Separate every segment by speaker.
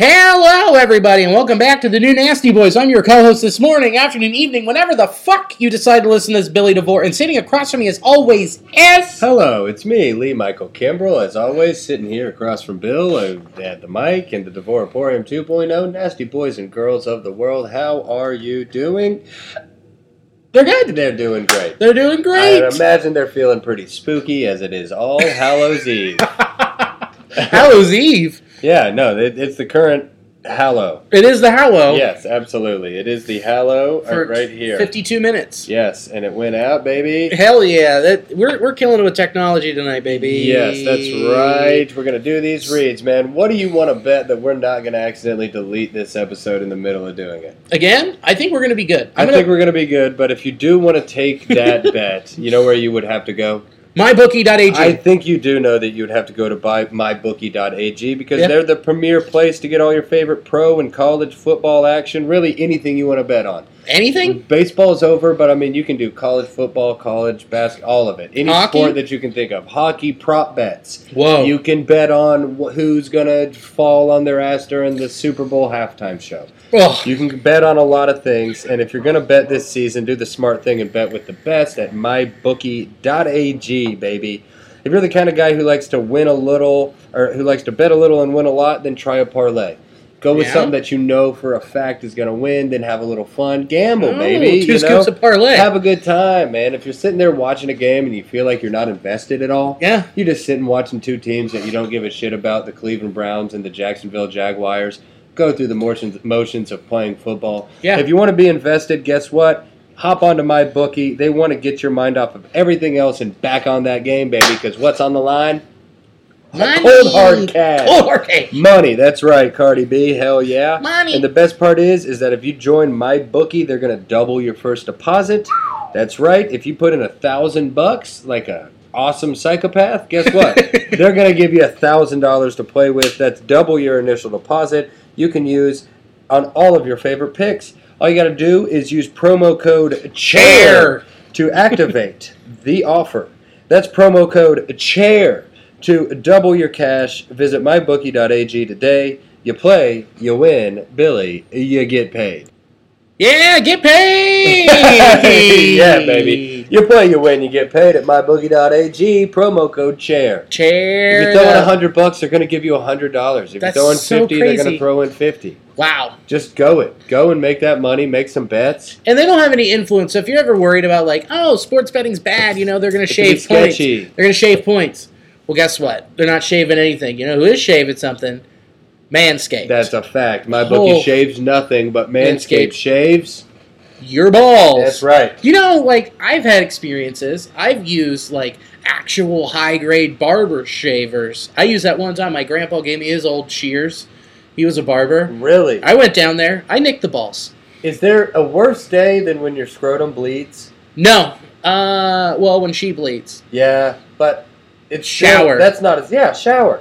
Speaker 1: Hello, everybody, and welcome back to the new Nasty Boys. I'm your co-host this morning, afternoon, evening, whenever the fuck you decide to listen to this Billy DeVore. And sitting across from me, as always, is
Speaker 2: Hello, it's me, Lee Michael Kimbrell. As always, sitting here across from Bill uh, at the mic and the Devore Emporium 2.0. Nasty boys and girls of the world, how are you doing?
Speaker 1: they're good.
Speaker 2: They're doing great.
Speaker 1: They're doing great.
Speaker 2: I imagine they're feeling pretty spooky as it is All Hallows Eve.
Speaker 1: Hallows Eve.
Speaker 2: Yeah, no, it, it's the current Hallow.
Speaker 1: It is the Hallow.
Speaker 2: Yes, absolutely. It is the Hallow uh, right here.
Speaker 1: 52 minutes.
Speaker 2: Yes, and it went out, baby.
Speaker 1: Hell yeah! That we're we're killing it with technology tonight, baby.
Speaker 2: Yes, that's right. We're gonna do these reads, man. What do you want to bet that we're not gonna accidentally delete this episode in the middle of doing it?
Speaker 1: Again, I think we're gonna be good.
Speaker 2: i
Speaker 1: I'm
Speaker 2: think
Speaker 1: gonna,
Speaker 2: we're gonna be good, but if you do want to take that bet, you know where you would have to go.
Speaker 1: mybookie.ag.
Speaker 2: I think you do know that you would have to go to buy mybookie.ag because
Speaker 1: Yeah.
Speaker 2: they're the premier place to get all your favorite pro and college football action, really anything you want to bet on.
Speaker 1: Anything?
Speaker 2: Baseball's over, but I mean, you can do college football, college basketball, all of it. Any
Speaker 1: Hockey?
Speaker 2: sport that you can think of. Hockey prop bets.
Speaker 1: Whoa.
Speaker 2: You can bet on wh- who's going to fall on their ass during the Super Bowl halftime show.
Speaker 1: Ugh.
Speaker 2: You can bet on a lot of things, and if you're going to bet this season, do the smart thing and bet with the best at mybookie.ag, baby. If you're the kind of guy who likes to win a little, or who likes to bet a little and win a lot, then try a parlay. Go with
Speaker 1: Yeah.
Speaker 2: something that you know for a fact is going to win, then have a little fun. Gamble,
Speaker 1: Oh,
Speaker 2: baby.
Speaker 1: two
Speaker 2: you
Speaker 1: scoops
Speaker 2: know?
Speaker 1: of parlay.
Speaker 2: Have a good time, man. If you're sitting there watching a game and you feel like you're not invested at all,
Speaker 1: Yeah.
Speaker 2: you just sitting watching two teams that you don't give a shit about, the Cleveland Browns and the Jacksonville Jaguars, go through the motions motions of playing football.
Speaker 1: Yeah.
Speaker 2: If you want to be invested, guess what? Hop onto my bookie. They want to get your mind off of everything else and back on that game, baby. Because what's on the line?
Speaker 1: Money.
Speaker 2: Cold hard cash.
Speaker 1: Cold hard cash.
Speaker 2: Money, that's right, Cardi B. Hell yeah.
Speaker 1: Money.
Speaker 2: And the best part is, is that if you join my bookie, they're gonna double your first deposit. That's right. If you put in a thousand bucks, like a awesome psychopath, guess what? they're gonna give you a thousand dollars to play with. That's double your initial deposit. You can use on all of your favorite picks. All you gotta do is use promo code CHAIR to activate the offer. That's promo code CHAIR to double your cash. Visit mybookie.ag today. You play, you win. Billy, you get paid.
Speaker 1: Yeah, get paid.
Speaker 2: yeah, baby. You play, you win, you get paid at mybookie.ag. Promo code CHAIR. If
Speaker 1: Chair.
Speaker 2: you're throwing
Speaker 1: the-
Speaker 2: a hundred bucks, they're going to give you a hundred dollars. If
Speaker 1: That's
Speaker 2: you're throwing
Speaker 1: so
Speaker 2: fifty, they're going
Speaker 1: crazy.
Speaker 2: to throw in fifty.
Speaker 1: Wow.
Speaker 2: Just go it. Go and make that money. Make some bets.
Speaker 1: And they don't have any influence. So if you're ever worried about like, oh, sports betting's bad, you know, they're gonna
Speaker 2: can
Speaker 1: shave
Speaker 2: be
Speaker 1: points.
Speaker 2: sketchy.
Speaker 1: They're gonna shave points. Well, guess what? They're not shaving anything. You know who is shaving something? Manscaped.
Speaker 2: That's a fact. My bookie
Speaker 1: Oh.
Speaker 2: shaves nothing, but
Speaker 1: Manscaped.
Speaker 2: Manscaped shaves.
Speaker 1: your balls.
Speaker 2: That's right.
Speaker 1: You know, like I've had experiences. I've used like actual high grade barber shavers. I used that one time. My grandpa gave me his old shears. He was a barber.
Speaker 2: Really?
Speaker 1: I went down there. I nicked the balls.
Speaker 2: Is there a worse day than when your scrotum bleeds?
Speaker 1: No. Uh, well, when she bleeds.
Speaker 2: Yeah, but it's
Speaker 1: Shower.
Speaker 2: that's not as yeah shower.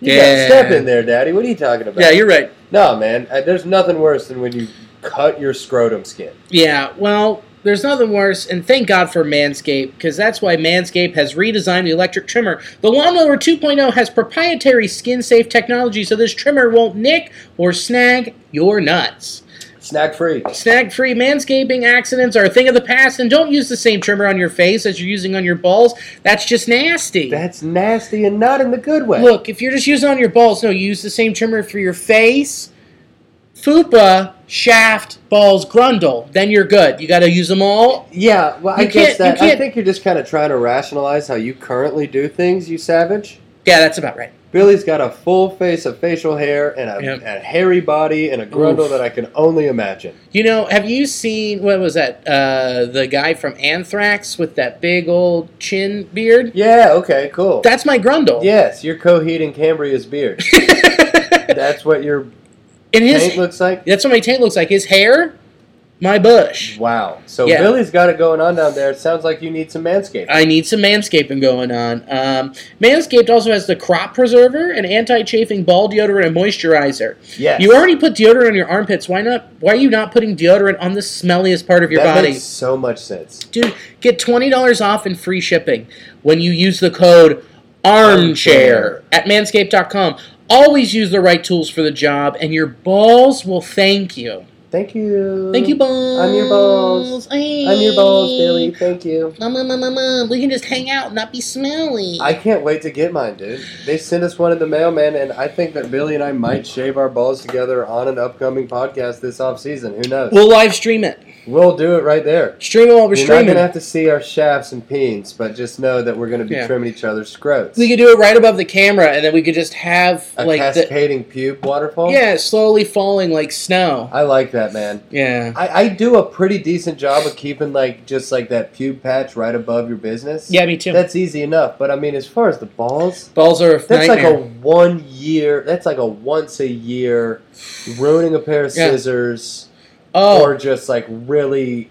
Speaker 2: You got
Speaker 1: Yeah.
Speaker 2: to step in there, Daddy. What are you talking about?
Speaker 1: Yeah, you're right.
Speaker 2: no, man. uh, There's nothing worse than when you cut your scrotum skin.
Speaker 1: Yeah, well, there's nothing worse, and thank God for Manscaped, because that's why Manscaped has redesigned the electric trimmer. The Lawnmower 2.0 has proprietary skin safe technology, so this trimmer won't nick or snag your nuts.
Speaker 2: Snack free.
Speaker 1: Snag free manscaping accidents are a thing of the past, and don't use the same trimmer on your face as you're using on your balls. That's just nasty.
Speaker 2: That's nasty and not in the good way.
Speaker 1: Look, if you're just using it on your balls, no, you use the same trimmer for your face, fupa, shaft, balls, grundle. Then you're good. You got to use them all.
Speaker 2: Yeah, well, I
Speaker 1: You
Speaker 2: guess
Speaker 1: can't- you
Speaker 2: that. I
Speaker 1: can't-
Speaker 2: think you're just kind of trying to rationalize how you currently do things, you savage.
Speaker 1: Yeah, that's about right.
Speaker 2: Billy's got a full face of facial hair and a,
Speaker 1: Yep.
Speaker 2: a hairy body and a grundle
Speaker 1: Oof.
Speaker 2: that I can only imagine.
Speaker 1: You know, have you seen what was that? Uh, the guy from Anthrax with that big old chin beard.
Speaker 2: Yeah, okay, cool.
Speaker 1: That's my grundle.
Speaker 2: yes, you're Coheed and Cambria's beard. That's what your
Speaker 1: and his
Speaker 2: taint looks like?
Speaker 1: that's what my taint looks like. His hair my bush.
Speaker 2: Wow. So
Speaker 1: Yeah.
Speaker 2: Billy's got it going on down there. It sounds like you need some manscaping.
Speaker 1: I need some manscaping going on. Um, Manscaped also has the crop preserver, an anti-chafing ball deodorant, and moisturizer.
Speaker 2: Yes.
Speaker 1: You already put deodorant on your armpits. Why not? Why are you not putting deodorant on the smelliest part of your
Speaker 2: that
Speaker 1: body?
Speaker 2: makes so much sense.
Speaker 1: Dude, get twenty dollars off and free shipping when you use the code armchair at manscaped.com. Always use the right tools for the job, and your balls will thank you.
Speaker 2: Thank you.
Speaker 1: Thank you, balls.
Speaker 2: I'm your balls.
Speaker 1: Hey.
Speaker 2: I'm your balls, Billy. Thank you.
Speaker 1: Mom, mom, mom, mom, mom. We can just hang out, and not be smelly.
Speaker 2: I can't wait to get mine, dude. They sent us one in the mail, man, and I think that Billy and I might shave our balls together on an upcoming podcast this off season. Who knows?
Speaker 1: we'll live stream it.
Speaker 2: We'll do it right there.
Speaker 1: Stream it while we're
Speaker 2: You're not
Speaker 1: streaming.
Speaker 2: gonna have to see our shafts and peens, but just know that we're gonna be
Speaker 1: Yeah.
Speaker 2: trimming each other's scrotes.
Speaker 1: we could do it right above the camera, and then we could just have
Speaker 2: a
Speaker 1: like the
Speaker 2: cascading pube waterfall.
Speaker 1: yeah, slowly falling like snow.
Speaker 2: I like that, man.
Speaker 1: yeah,
Speaker 2: I, I do a pretty decent job of keeping like just like that pube patch right above your business.
Speaker 1: yeah, me too.
Speaker 2: That's easy enough. But I mean, as far as the balls,
Speaker 1: Balls are a
Speaker 2: that's
Speaker 1: nightmare.
Speaker 2: like a one year. That's like a once a year ruining a pair of
Speaker 1: Yeah.
Speaker 2: scissors
Speaker 1: oh,
Speaker 2: or just like really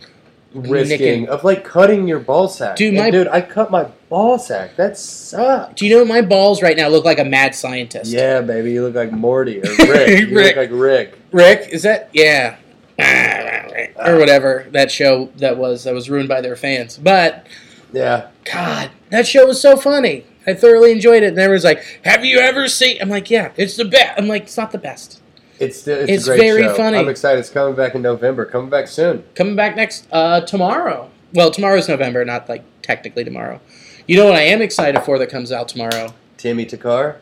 Speaker 2: risking
Speaker 1: Nicking.
Speaker 2: of like cutting your ball sack.
Speaker 1: Dude,
Speaker 2: And,
Speaker 1: my-
Speaker 2: dude, I cut my ball sack. That sucks.
Speaker 1: Do you know my balls right now look like a mad scientist?
Speaker 2: Yeah, baby, you look like Morty or Rick. you
Speaker 1: Rick.
Speaker 2: look like Rick.
Speaker 1: Rick, is that yeah.
Speaker 2: Ah.
Speaker 1: or whatever that show that was that was ruined by their fans. But
Speaker 2: Yeah.
Speaker 1: God, that show was so funny. I thoroughly enjoyed it. And everyone's like, "Have you ever seen?" I'm like, "Yeah, it's the best." I'm like, "It's not the best."
Speaker 2: It's still it's,
Speaker 1: It's
Speaker 2: a great
Speaker 1: very
Speaker 2: show.
Speaker 1: funny.
Speaker 2: I'm excited. It's coming back in November. Coming back soon.
Speaker 1: Coming back next uh, tomorrow. Well, tomorrow's November, not like technically tomorrow. You know what I am excited for that comes out tomorrow?
Speaker 2: Timmy Takar.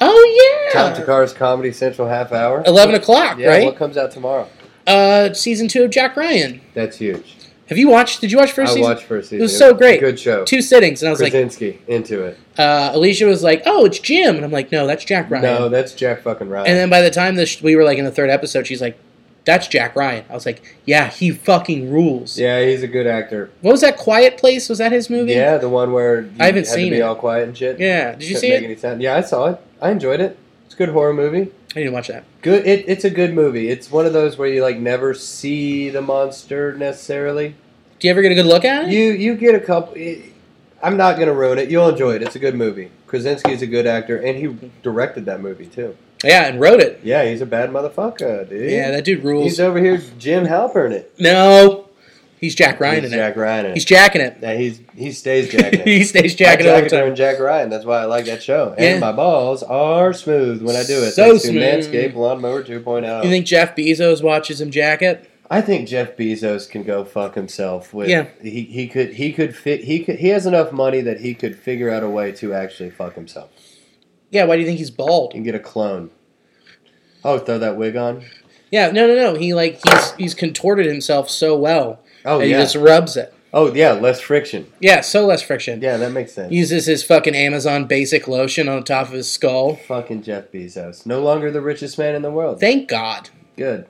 Speaker 1: Oh yeah,
Speaker 2: Tom Takar's Comedy Central half hour.
Speaker 1: eleven o'clock,
Speaker 2: Yeah,
Speaker 1: right?
Speaker 2: what comes out tomorrow?
Speaker 1: Uh, season two of Jack Ryan.
Speaker 2: That's huge.
Speaker 1: Have you watched? Did you watch first
Speaker 2: I
Speaker 1: season?
Speaker 2: watched first season.
Speaker 1: It was so
Speaker 2: a
Speaker 1: great.
Speaker 2: Good show.
Speaker 1: Two sittings, and I was like,
Speaker 2: Krasinski into it.
Speaker 1: uh, Alicia was like, "Oh, it's Jim," and I'm like, "No, that's Jack Ryan."
Speaker 2: No, that's Jack fucking Ryan.
Speaker 1: and then by the time this, we were like in the third episode, she's like, "That's Jack Ryan." I was like, "Yeah, he fucking rules."
Speaker 2: yeah, he's a good actor.
Speaker 1: What was that Quiet Place? Was that his movie?
Speaker 2: Yeah, the one where you
Speaker 1: I haven't
Speaker 2: had
Speaker 1: seen
Speaker 2: to be
Speaker 1: it.
Speaker 2: all quiet and shit.
Speaker 1: Yeah. Did you
Speaker 2: Couldn't
Speaker 1: see
Speaker 2: make
Speaker 1: it?
Speaker 2: any sense. Yeah, I saw it. I enjoyed it. It's a good horror movie.
Speaker 1: I didn't watch that.
Speaker 2: Good. It, it's a good movie. It's one of those where you like never see the monster necessarily.
Speaker 1: Do you ever get a good look at it?
Speaker 2: You you get a couple. It, I'm not gonna ruin it. You'll enjoy it. It's a good movie. Krasinski's a good actor, and he directed that movie too.
Speaker 1: yeah, and wrote it.
Speaker 2: Yeah, he's a bad motherfucker, dude.
Speaker 1: Yeah, that dude rules.
Speaker 2: he's over here Jim Halpern it.
Speaker 1: no, he's Jack Ryan
Speaker 2: he's
Speaker 1: in
Speaker 2: Jack
Speaker 1: it.
Speaker 2: Ryan in it.
Speaker 1: He's jacking it.
Speaker 2: yeah, he's he stays jacking.
Speaker 1: he
Speaker 2: it.
Speaker 1: stays
Speaker 2: I
Speaker 1: jacking it all the
Speaker 2: jack
Speaker 1: time.
Speaker 2: during Jack Ryan. That's why I like that show.
Speaker 1: Yeah.
Speaker 2: And my balls are smooth when I do it.
Speaker 1: So
Speaker 2: thanks
Speaker 1: smooth.
Speaker 2: to Manscaped Lawnmower oh. 2.0.
Speaker 1: You think Jeff Bezos watches him jacket?
Speaker 2: I think Jeff Bezos can go fuck himself. With
Speaker 1: Yeah.
Speaker 2: he, he could he could fit he could he has enough money that he could figure out a way to actually fuck himself.
Speaker 1: Yeah. Why do you think he's bald?
Speaker 2: and get a clone. Oh, throw that wig on.
Speaker 1: Yeah, no, no, no. He like he's he's contorted himself so well.
Speaker 2: Oh,
Speaker 1: that
Speaker 2: yeah.
Speaker 1: He just rubs it.
Speaker 2: Oh yeah, less friction.
Speaker 1: Yeah, so less friction.
Speaker 2: Yeah, that makes sense.
Speaker 1: Uses his fucking Amazon basic lotion on top of his skull.
Speaker 2: Fucking Jeff Bezos, no longer the richest man in the world.
Speaker 1: Thank God.
Speaker 2: Good,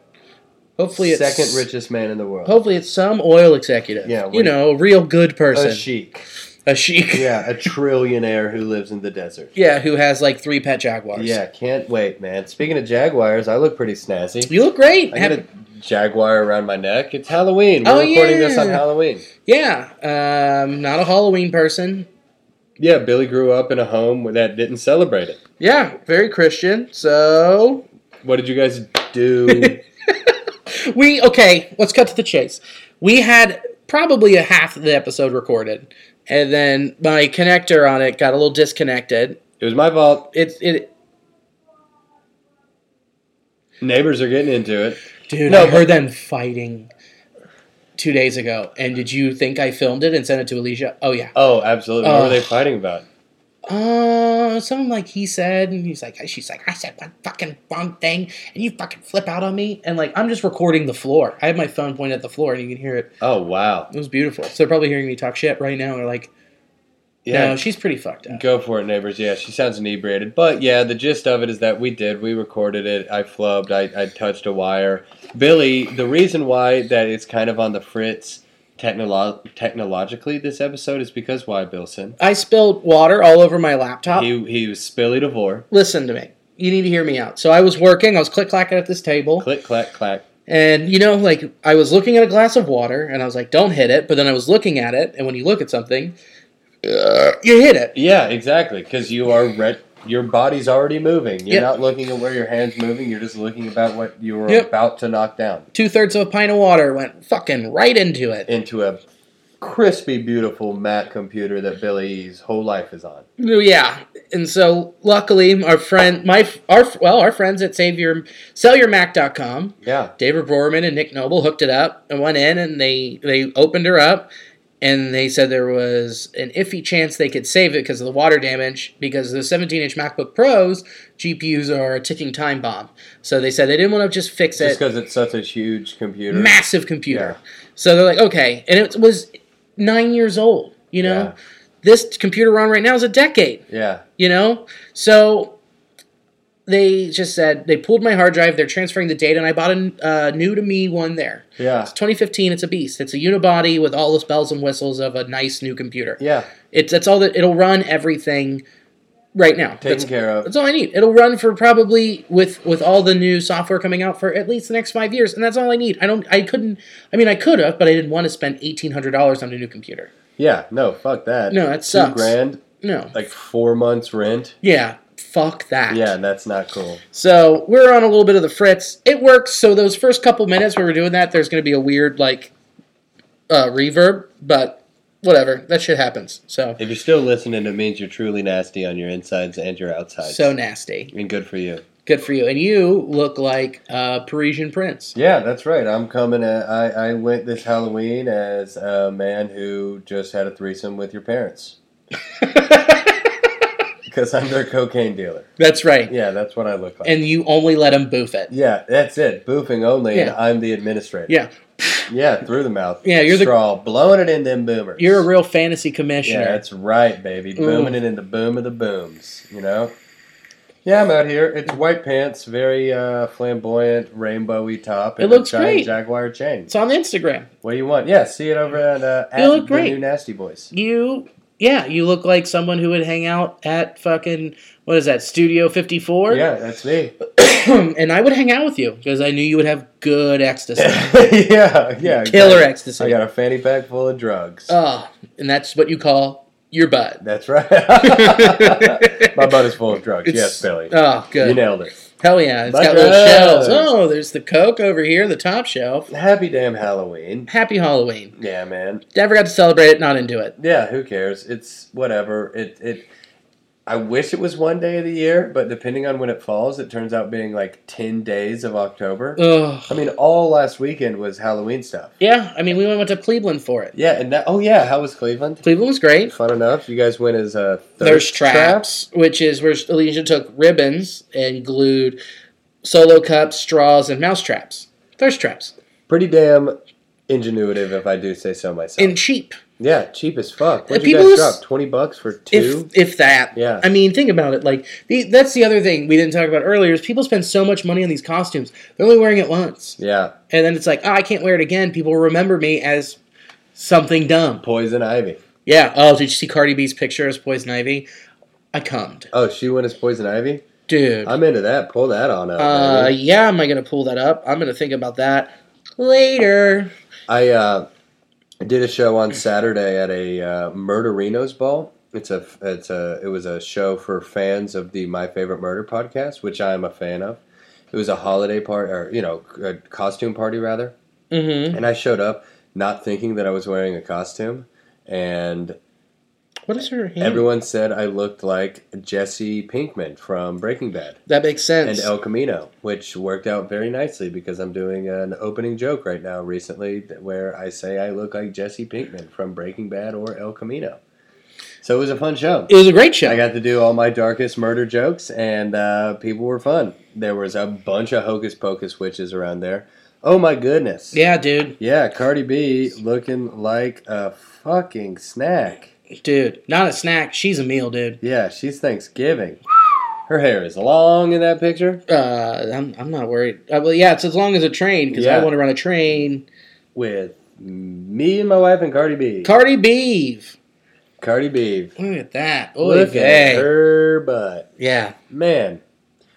Speaker 1: Hopefully it's
Speaker 2: second richest man in the world.
Speaker 1: Hopefully it's some oil executive.
Speaker 2: Yeah,
Speaker 1: you
Speaker 2: we-
Speaker 1: know, a real good person.
Speaker 2: a chic.
Speaker 1: A chic. Yeah.
Speaker 2: Yeah, a trillionaire who lives in the desert.
Speaker 1: who has like three pet jaguars.
Speaker 2: Yeah, can't wait, man. Speaking of jaguars, I look pretty snazzy.
Speaker 1: You look great.
Speaker 2: I got a
Speaker 1: Happy-
Speaker 2: jaguar around my neck. It's Halloween. We're
Speaker 1: Oh,
Speaker 2: recording this on
Speaker 1: yeah.
Speaker 2: Halloween.
Speaker 1: yeah. Um, not a Halloween person.
Speaker 2: Yeah, Billy grew up in a home that didn't celebrate it.
Speaker 1: Yeah, very Christian. So
Speaker 2: What did you guys do?
Speaker 1: We okay. Let's cut to the chase. We had probably a half of the episode recorded, and then my connector on it got a little disconnected.
Speaker 2: it was my fault.
Speaker 1: It it
Speaker 2: Neighbors are getting into it.
Speaker 1: dude.
Speaker 2: No,
Speaker 1: I
Speaker 2: but-
Speaker 1: heard them fighting two days ago. And did you think I filmed it and sent it to Alicia? Oh yeah.
Speaker 2: Oh, absolutely. what
Speaker 1: Oh.
Speaker 2: were they fighting about?
Speaker 1: Uh, something like he said, and he's like, she's like, I said one fucking wrong thing, and you fucking flip out on me, and like I'm just recording the floor. I have my phone pointed at the floor, and you can hear it.
Speaker 2: Oh, wow.
Speaker 1: It was beautiful. So they're probably hearing me talk shit right now. And they're like,
Speaker 2: Yeah.
Speaker 1: no, she's pretty fucked up.
Speaker 2: Go for it, neighbors. Yeah, she sounds inebriated. But yeah, the gist of it is that we did. We recorded it. I flubbed. I, I touched a wire. Billy, the reason why that it's kind of on the fritz technolo- technologically this episode is because why, Billson?
Speaker 1: I spilled water all over my laptop.
Speaker 2: He, he was Spilly DeVore.
Speaker 1: Listen to me. You need to hear me out. So I was working. I was click clacking at this table,
Speaker 2: Click, clack, clack.
Speaker 1: And you know, like I was looking at a glass of water, and I was like, "Don't hit it." But then I was looking at it, and when you look at something, uh, you hit it.
Speaker 2: Yeah, exactly. Because you are ret- your body's already moving. You're
Speaker 1: Yep.
Speaker 2: not looking at where your hands moving. You're just looking about what you were
Speaker 1: Yep.
Speaker 2: about to knock down
Speaker 1: Two thirds of a pint of water went fucking right into it.
Speaker 2: into a crispy, beautiful Mac computer that Billy's whole life is on.
Speaker 1: Yeah, and so luckily, our friend, my our well, our friends at Save Your SellYourMac.com,
Speaker 2: Yeah,
Speaker 1: David Browerman and Nick Noble hooked it up and went in, and they they opened her up, and they said there was an iffy chance they could save it because of the water damage. Because the 17-inch MacBook Pros GPUs are a ticking time bomb, so they said they didn't want to just fix
Speaker 2: just
Speaker 1: it.
Speaker 2: because it's such a huge computer.
Speaker 1: Massive computer. So they're like, okay, and it was nine years old. You know,
Speaker 2: Yeah.
Speaker 1: this computer we're on right now is a decade
Speaker 2: Yeah,
Speaker 1: you know so they just said they pulled my hard drive they're transferring the data and i bought a uh, new to me one there
Speaker 2: yeah,
Speaker 1: it's 2015 it's a beast it's a unibody with all the bells and whistles of a nice new computer
Speaker 2: yeah.
Speaker 1: it's that's all that it'll run everything right now
Speaker 2: Taken
Speaker 1: that's,
Speaker 2: care of.
Speaker 1: that's all i need it'll run for probably with with all the new software coming out for at least the next five years and that's all i need i don't i couldn't i mean i could have but i didn't want to spend $1800 on a new computer
Speaker 2: Yeah, no, fuck that.
Speaker 1: No, that
Speaker 2: Two
Speaker 1: sucks.
Speaker 2: grand,
Speaker 1: no
Speaker 2: like four months rent.
Speaker 1: yeah fuck that
Speaker 2: Yeah, and that's not cool.
Speaker 1: So we're on a little bit of the fritz. It works. So those first couple minutes where we're doing that, there's going to be a weird like uh, reverb, but whatever. That shit happens. So
Speaker 2: If you're still listening, it means you're truly nasty on your insides and your outsides.
Speaker 1: so nasty.
Speaker 2: and good for you.
Speaker 1: Good for you. And you look like a Parisian prince.
Speaker 2: Yeah, that's right. I'm coming. At, I I went this Halloween as a man who just had a threesome with your parents. Because I'm their cocaine dealer.
Speaker 1: That's right.
Speaker 2: Yeah, that's what I look like.
Speaker 1: And you only let him boof it.
Speaker 2: yeah, that's it. Boofing only, and
Speaker 1: Yeah.
Speaker 2: I'm the administrator.
Speaker 1: Yeah.
Speaker 2: yeah, through the mouth.
Speaker 1: Yeah, you're the-
Speaker 2: straw, blowing it in them boomers.
Speaker 1: You're a real fantasy commissioner.
Speaker 2: Yeah, that's right,
Speaker 1: Mm.
Speaker 2: baby. Booming it in the boom of the booms. You know. Yeah, I'm out here. It's white pants, very uh, flamboyant, rainbowy top, and
Speaker 1: looks
Speaker 2: a giant
Speaker 1: great.
Speaker 2: jaguar chain.
Speaker 1: it's on Instagram.
Speaker 2: What do you want? Yeah, see it over at, uh, at
Speaker 1: You look
Speaker 2: the
Speaker 1: great.
Speaker 2: new Nasty Boys.
Speaker 1: You, yeah, you look like someone who would hang out at fucking, what is that, Studio 54?
Speaker 2: Yeah, that's me.
Speaker 1: and I would hang out with you because I knew you would have good ecstasy,
Speaker 2: yeah, yeah.
Speaker 1: killer
Speaker 2: exactly.
Speaker 1: ecstasy.
Speaker 2: I got a fanny pack full of drugs.
Speaker 1: Ah, and that's what you call your butt.
Speaker 2: that's right. My butt is full of drugs. yes, Billy.
Speaker 1: Oh, good.
Speaker 2: you nailed it.
Speaker 1: Hell yeah, it's
Speaker 2: My
Speaker 1: got little
Speaker 2: God.
Speaker 1: shelves. Oh, there's the Coke over here, the top shelf.
Speaker 2: Happy damn Halloween.
Speaker 1: Happy Halloween.
Speaker 2: Yeah, man.
Speaker 1: Never got to celebrate it, not into it.
Speaker 2: Yeah, who cares? It's whatever. It it. I wish it was one day of the year, but depending on when it falls, it turns out being like ten days of October.
Speaker 1: Ugh.
Speaker 2: I mean, all last weekend was Halloween stuff.
Speaker 1: Yeah, I mean, we went to Cleveland for it.
Speaker 2: Yeah, and that. Oh yeah, how was Cleveland?
Speaker 1: Cleveland was great.
Speaker 2: Fun enough. You guys went as uh, thirst,
Speaker 1: Thirst
Speaker 2: traps.
Speaker 1: traps, which is where Alicia took ribbons and glued solo cups, straws, and mouse traps. Thirst traps.
Speaker 2: Pretty damn ingenuitive, if I do say so myself.
Speaker 1: And cheap.
Speaker 2: yeah, cheap as fuck.
Speaker 1: Uh,
Speaker 2: What would you
Speaker 1: people is-
Speaker 2: guys drop? Twenty bucks for two?
Speaker 1: if if that.
Speaker 2: Yeah.
Speaker 1: I mean, think about it. Like the, that's the other thing we didn't talk about earlier is people spend so much money on these costumes. They're only wearing it once,
Speaker 2: yeah,
Speaker 1: and then it's like, oh, I can't wear it again. People remember me as something dumb.
Speaker 2: poison ivy.
Speaker 1: Yeah. Oh, did you see Cardi B's picture as Poison Ivy? I cummed,
Speaker 2: Oh, she went as poison ivy.
Speaker 1: dude.
Speaker 2: I'm into that. Pull that on up.
Speaker 1: uh,
Speaker 2: baby.
Speaker 1: yeah. Am I gonna pull that up? I'm gonna think about that later.
Speaker 2: I uh, did a show on Saturday at a uh, Murderinos Ball. It's a it's a it was a show for fans of the My Favorite Murder podcast, which I am a fan of. It was a holiday party, or you know, a costume party rather.
Speaker 1: Mm-hmm.
Speaker 2: And I showed up not thinking that I was wearing a costume, and
Speaker 1: What is her hand?
Speaker 2: everyone said I looked like Jesse Pinkman from Breaking Bad
Speaker 1: that makes
Speaker 2: and
Speaker 1: sense.
Speaker 2: El Camino, which worked out very nicely because I'm doing an opening joke right now recently that- where I say I look like Jesse Pinkman from Breaking Bad or El Camino. So it was a fun show.
Speaker 1: it was a great show.
Speaker 2: I got to do all my darkest murder jokes, and uh, people were fun. There was a bunch of hocus pocus witches around there. Oh my goodness!
Speaker 1: yeah, dude.
Speaker 2: Yeah, Cardi B looking like a fucking snack.
Speaker 1: Dude, not a snack. She's a meal, dude.
Speaker 2: Yeah, she's Thanksgiving. Her hair is long in that picture.
Speaker 1: Uh, I'm, I'm not worried. Uh, well, yeah, it's as long as a train because I
Speaker 2: Yeah.
Speaker 1: want to run a train.
Speaker 2: with me and my wife and Cardi B.
Speaker 1: Cardi B.
Speaker 2: Cardi B.
Speaker 1: Look at that. Oy
Speaker 2: Look at
Speaker 1: vey.
Speaker 2: her butt.
Speaker 1: Yeah.
Speaker 2: Man.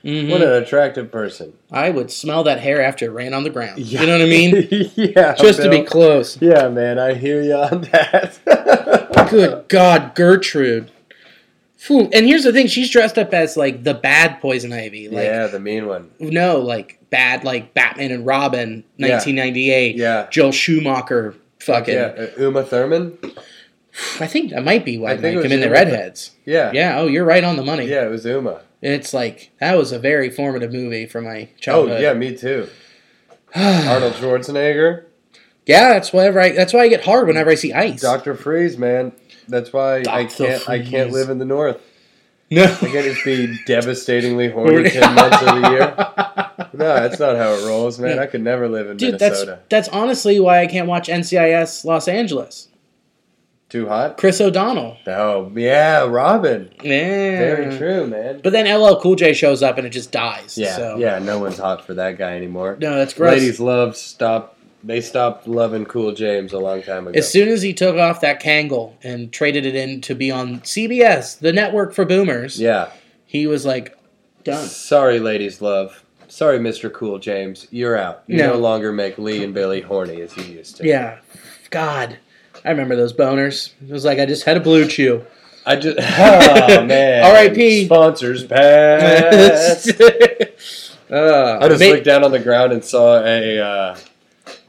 Speaker 2: What an attractive person.
Speaker 1: I would smell that hair after it ran on the ground. You know what I mean?
Speaker 2: yeah.
Speaker 1: Just to be
Speaker 2: Bill.
Speaker 1: close.
Speaker 2: Yeah, man, I hear you on that.
Speaker 1: Good God, Gertrude. Phew. And here's the thing: she's dressed up as like the bad Poison Ivy. Like
Speaker 2: yeah, the mean one.
Speaker 1: no, like bad, like Batman and Robin, 1998.
Speaker 2: Yeah.
Speaker 1: Joel Schumacher. Fucking.
Speaker 2: Yeah, uh, Uma Thurman.
Speaker 1: I think that might be why
Speaker 2: I
Speaker 1: I
Speaker 2: think it
Speaker 1: Mike
Speaker 2: was
Speaker 1: him in the
Speaker 2: Schumacher.
Speaker 1: redheads.
Speaker 2: Yeah.
Speaker 1: Yeah. Oh, you're right on the money.
Speaker 2: Yeah, it was Uma.
Speaker 1: It's like that was a very formative movie for my
Speaker 2: Oh,
Speaker 1: childhood.
Speaker 2: yeah, me too. Arnold Schwarzenegger,
Speaker 1: Yeah, that's whenever I. That's why I get hard whenever I see ice.
Speaker 2: Doctor Freeze, man. That's why I
Speaker 1: Dr.
Speaker 2: can't. I can't
Speaker 1: Freeze.
Speaker 2: live in the north.
Speaker 1: no.
Speaker 2: I can't just be devastatingly horny ten months of the year. No, that's not how it rolls, man. I could never live in
Speaker 1: Dude, that's
Speaker 2: Minnesota.
Speaker 1: that's honestly why I can't watch NCIS Los Angeles.
Speaker 2: Too hot.
Speaker 1: Chris O'Donnell.
Speaker 2: Oh yeah, Robin.
Speaker 1: Yeah.
Speaker 2: Very true, man.
Speaker 1: But then LL Cool J shows up and it just dies.
Speaker 2: yeah,
Speaker 1: so.
Speaker 2: yeah. No one's hot for that guy anymore.
Speaker 1: No, that's gross.
Speaker 2: Ladies love stop. They stopped loving Cool James a long time ago.
Speaker 1: As soon as he took off that Kangle and traded it in to be on CBS, the network for boomers,
Speaker 2: yeah.
Speaker 1: he was like, done.
Speaker 2: Sorry, ladies love. Sorry, Mr. Cool James. You're out. You
Speaker 1: No.
Speaker 2: no longer make Lee and Billy horny as you used to.
Speaker 1: Yeah. God. I remember those boners. It was like I just had a blue chew.
Speaker 2: I just oh man.
Speaker 1: R.I.P..
Speaker 2: Sponsors pass.
Speaker 1: Uh,
Speaker 2: I just
Speaker 1: ma-
Speaker 2: looked down on the ground and saw a uh,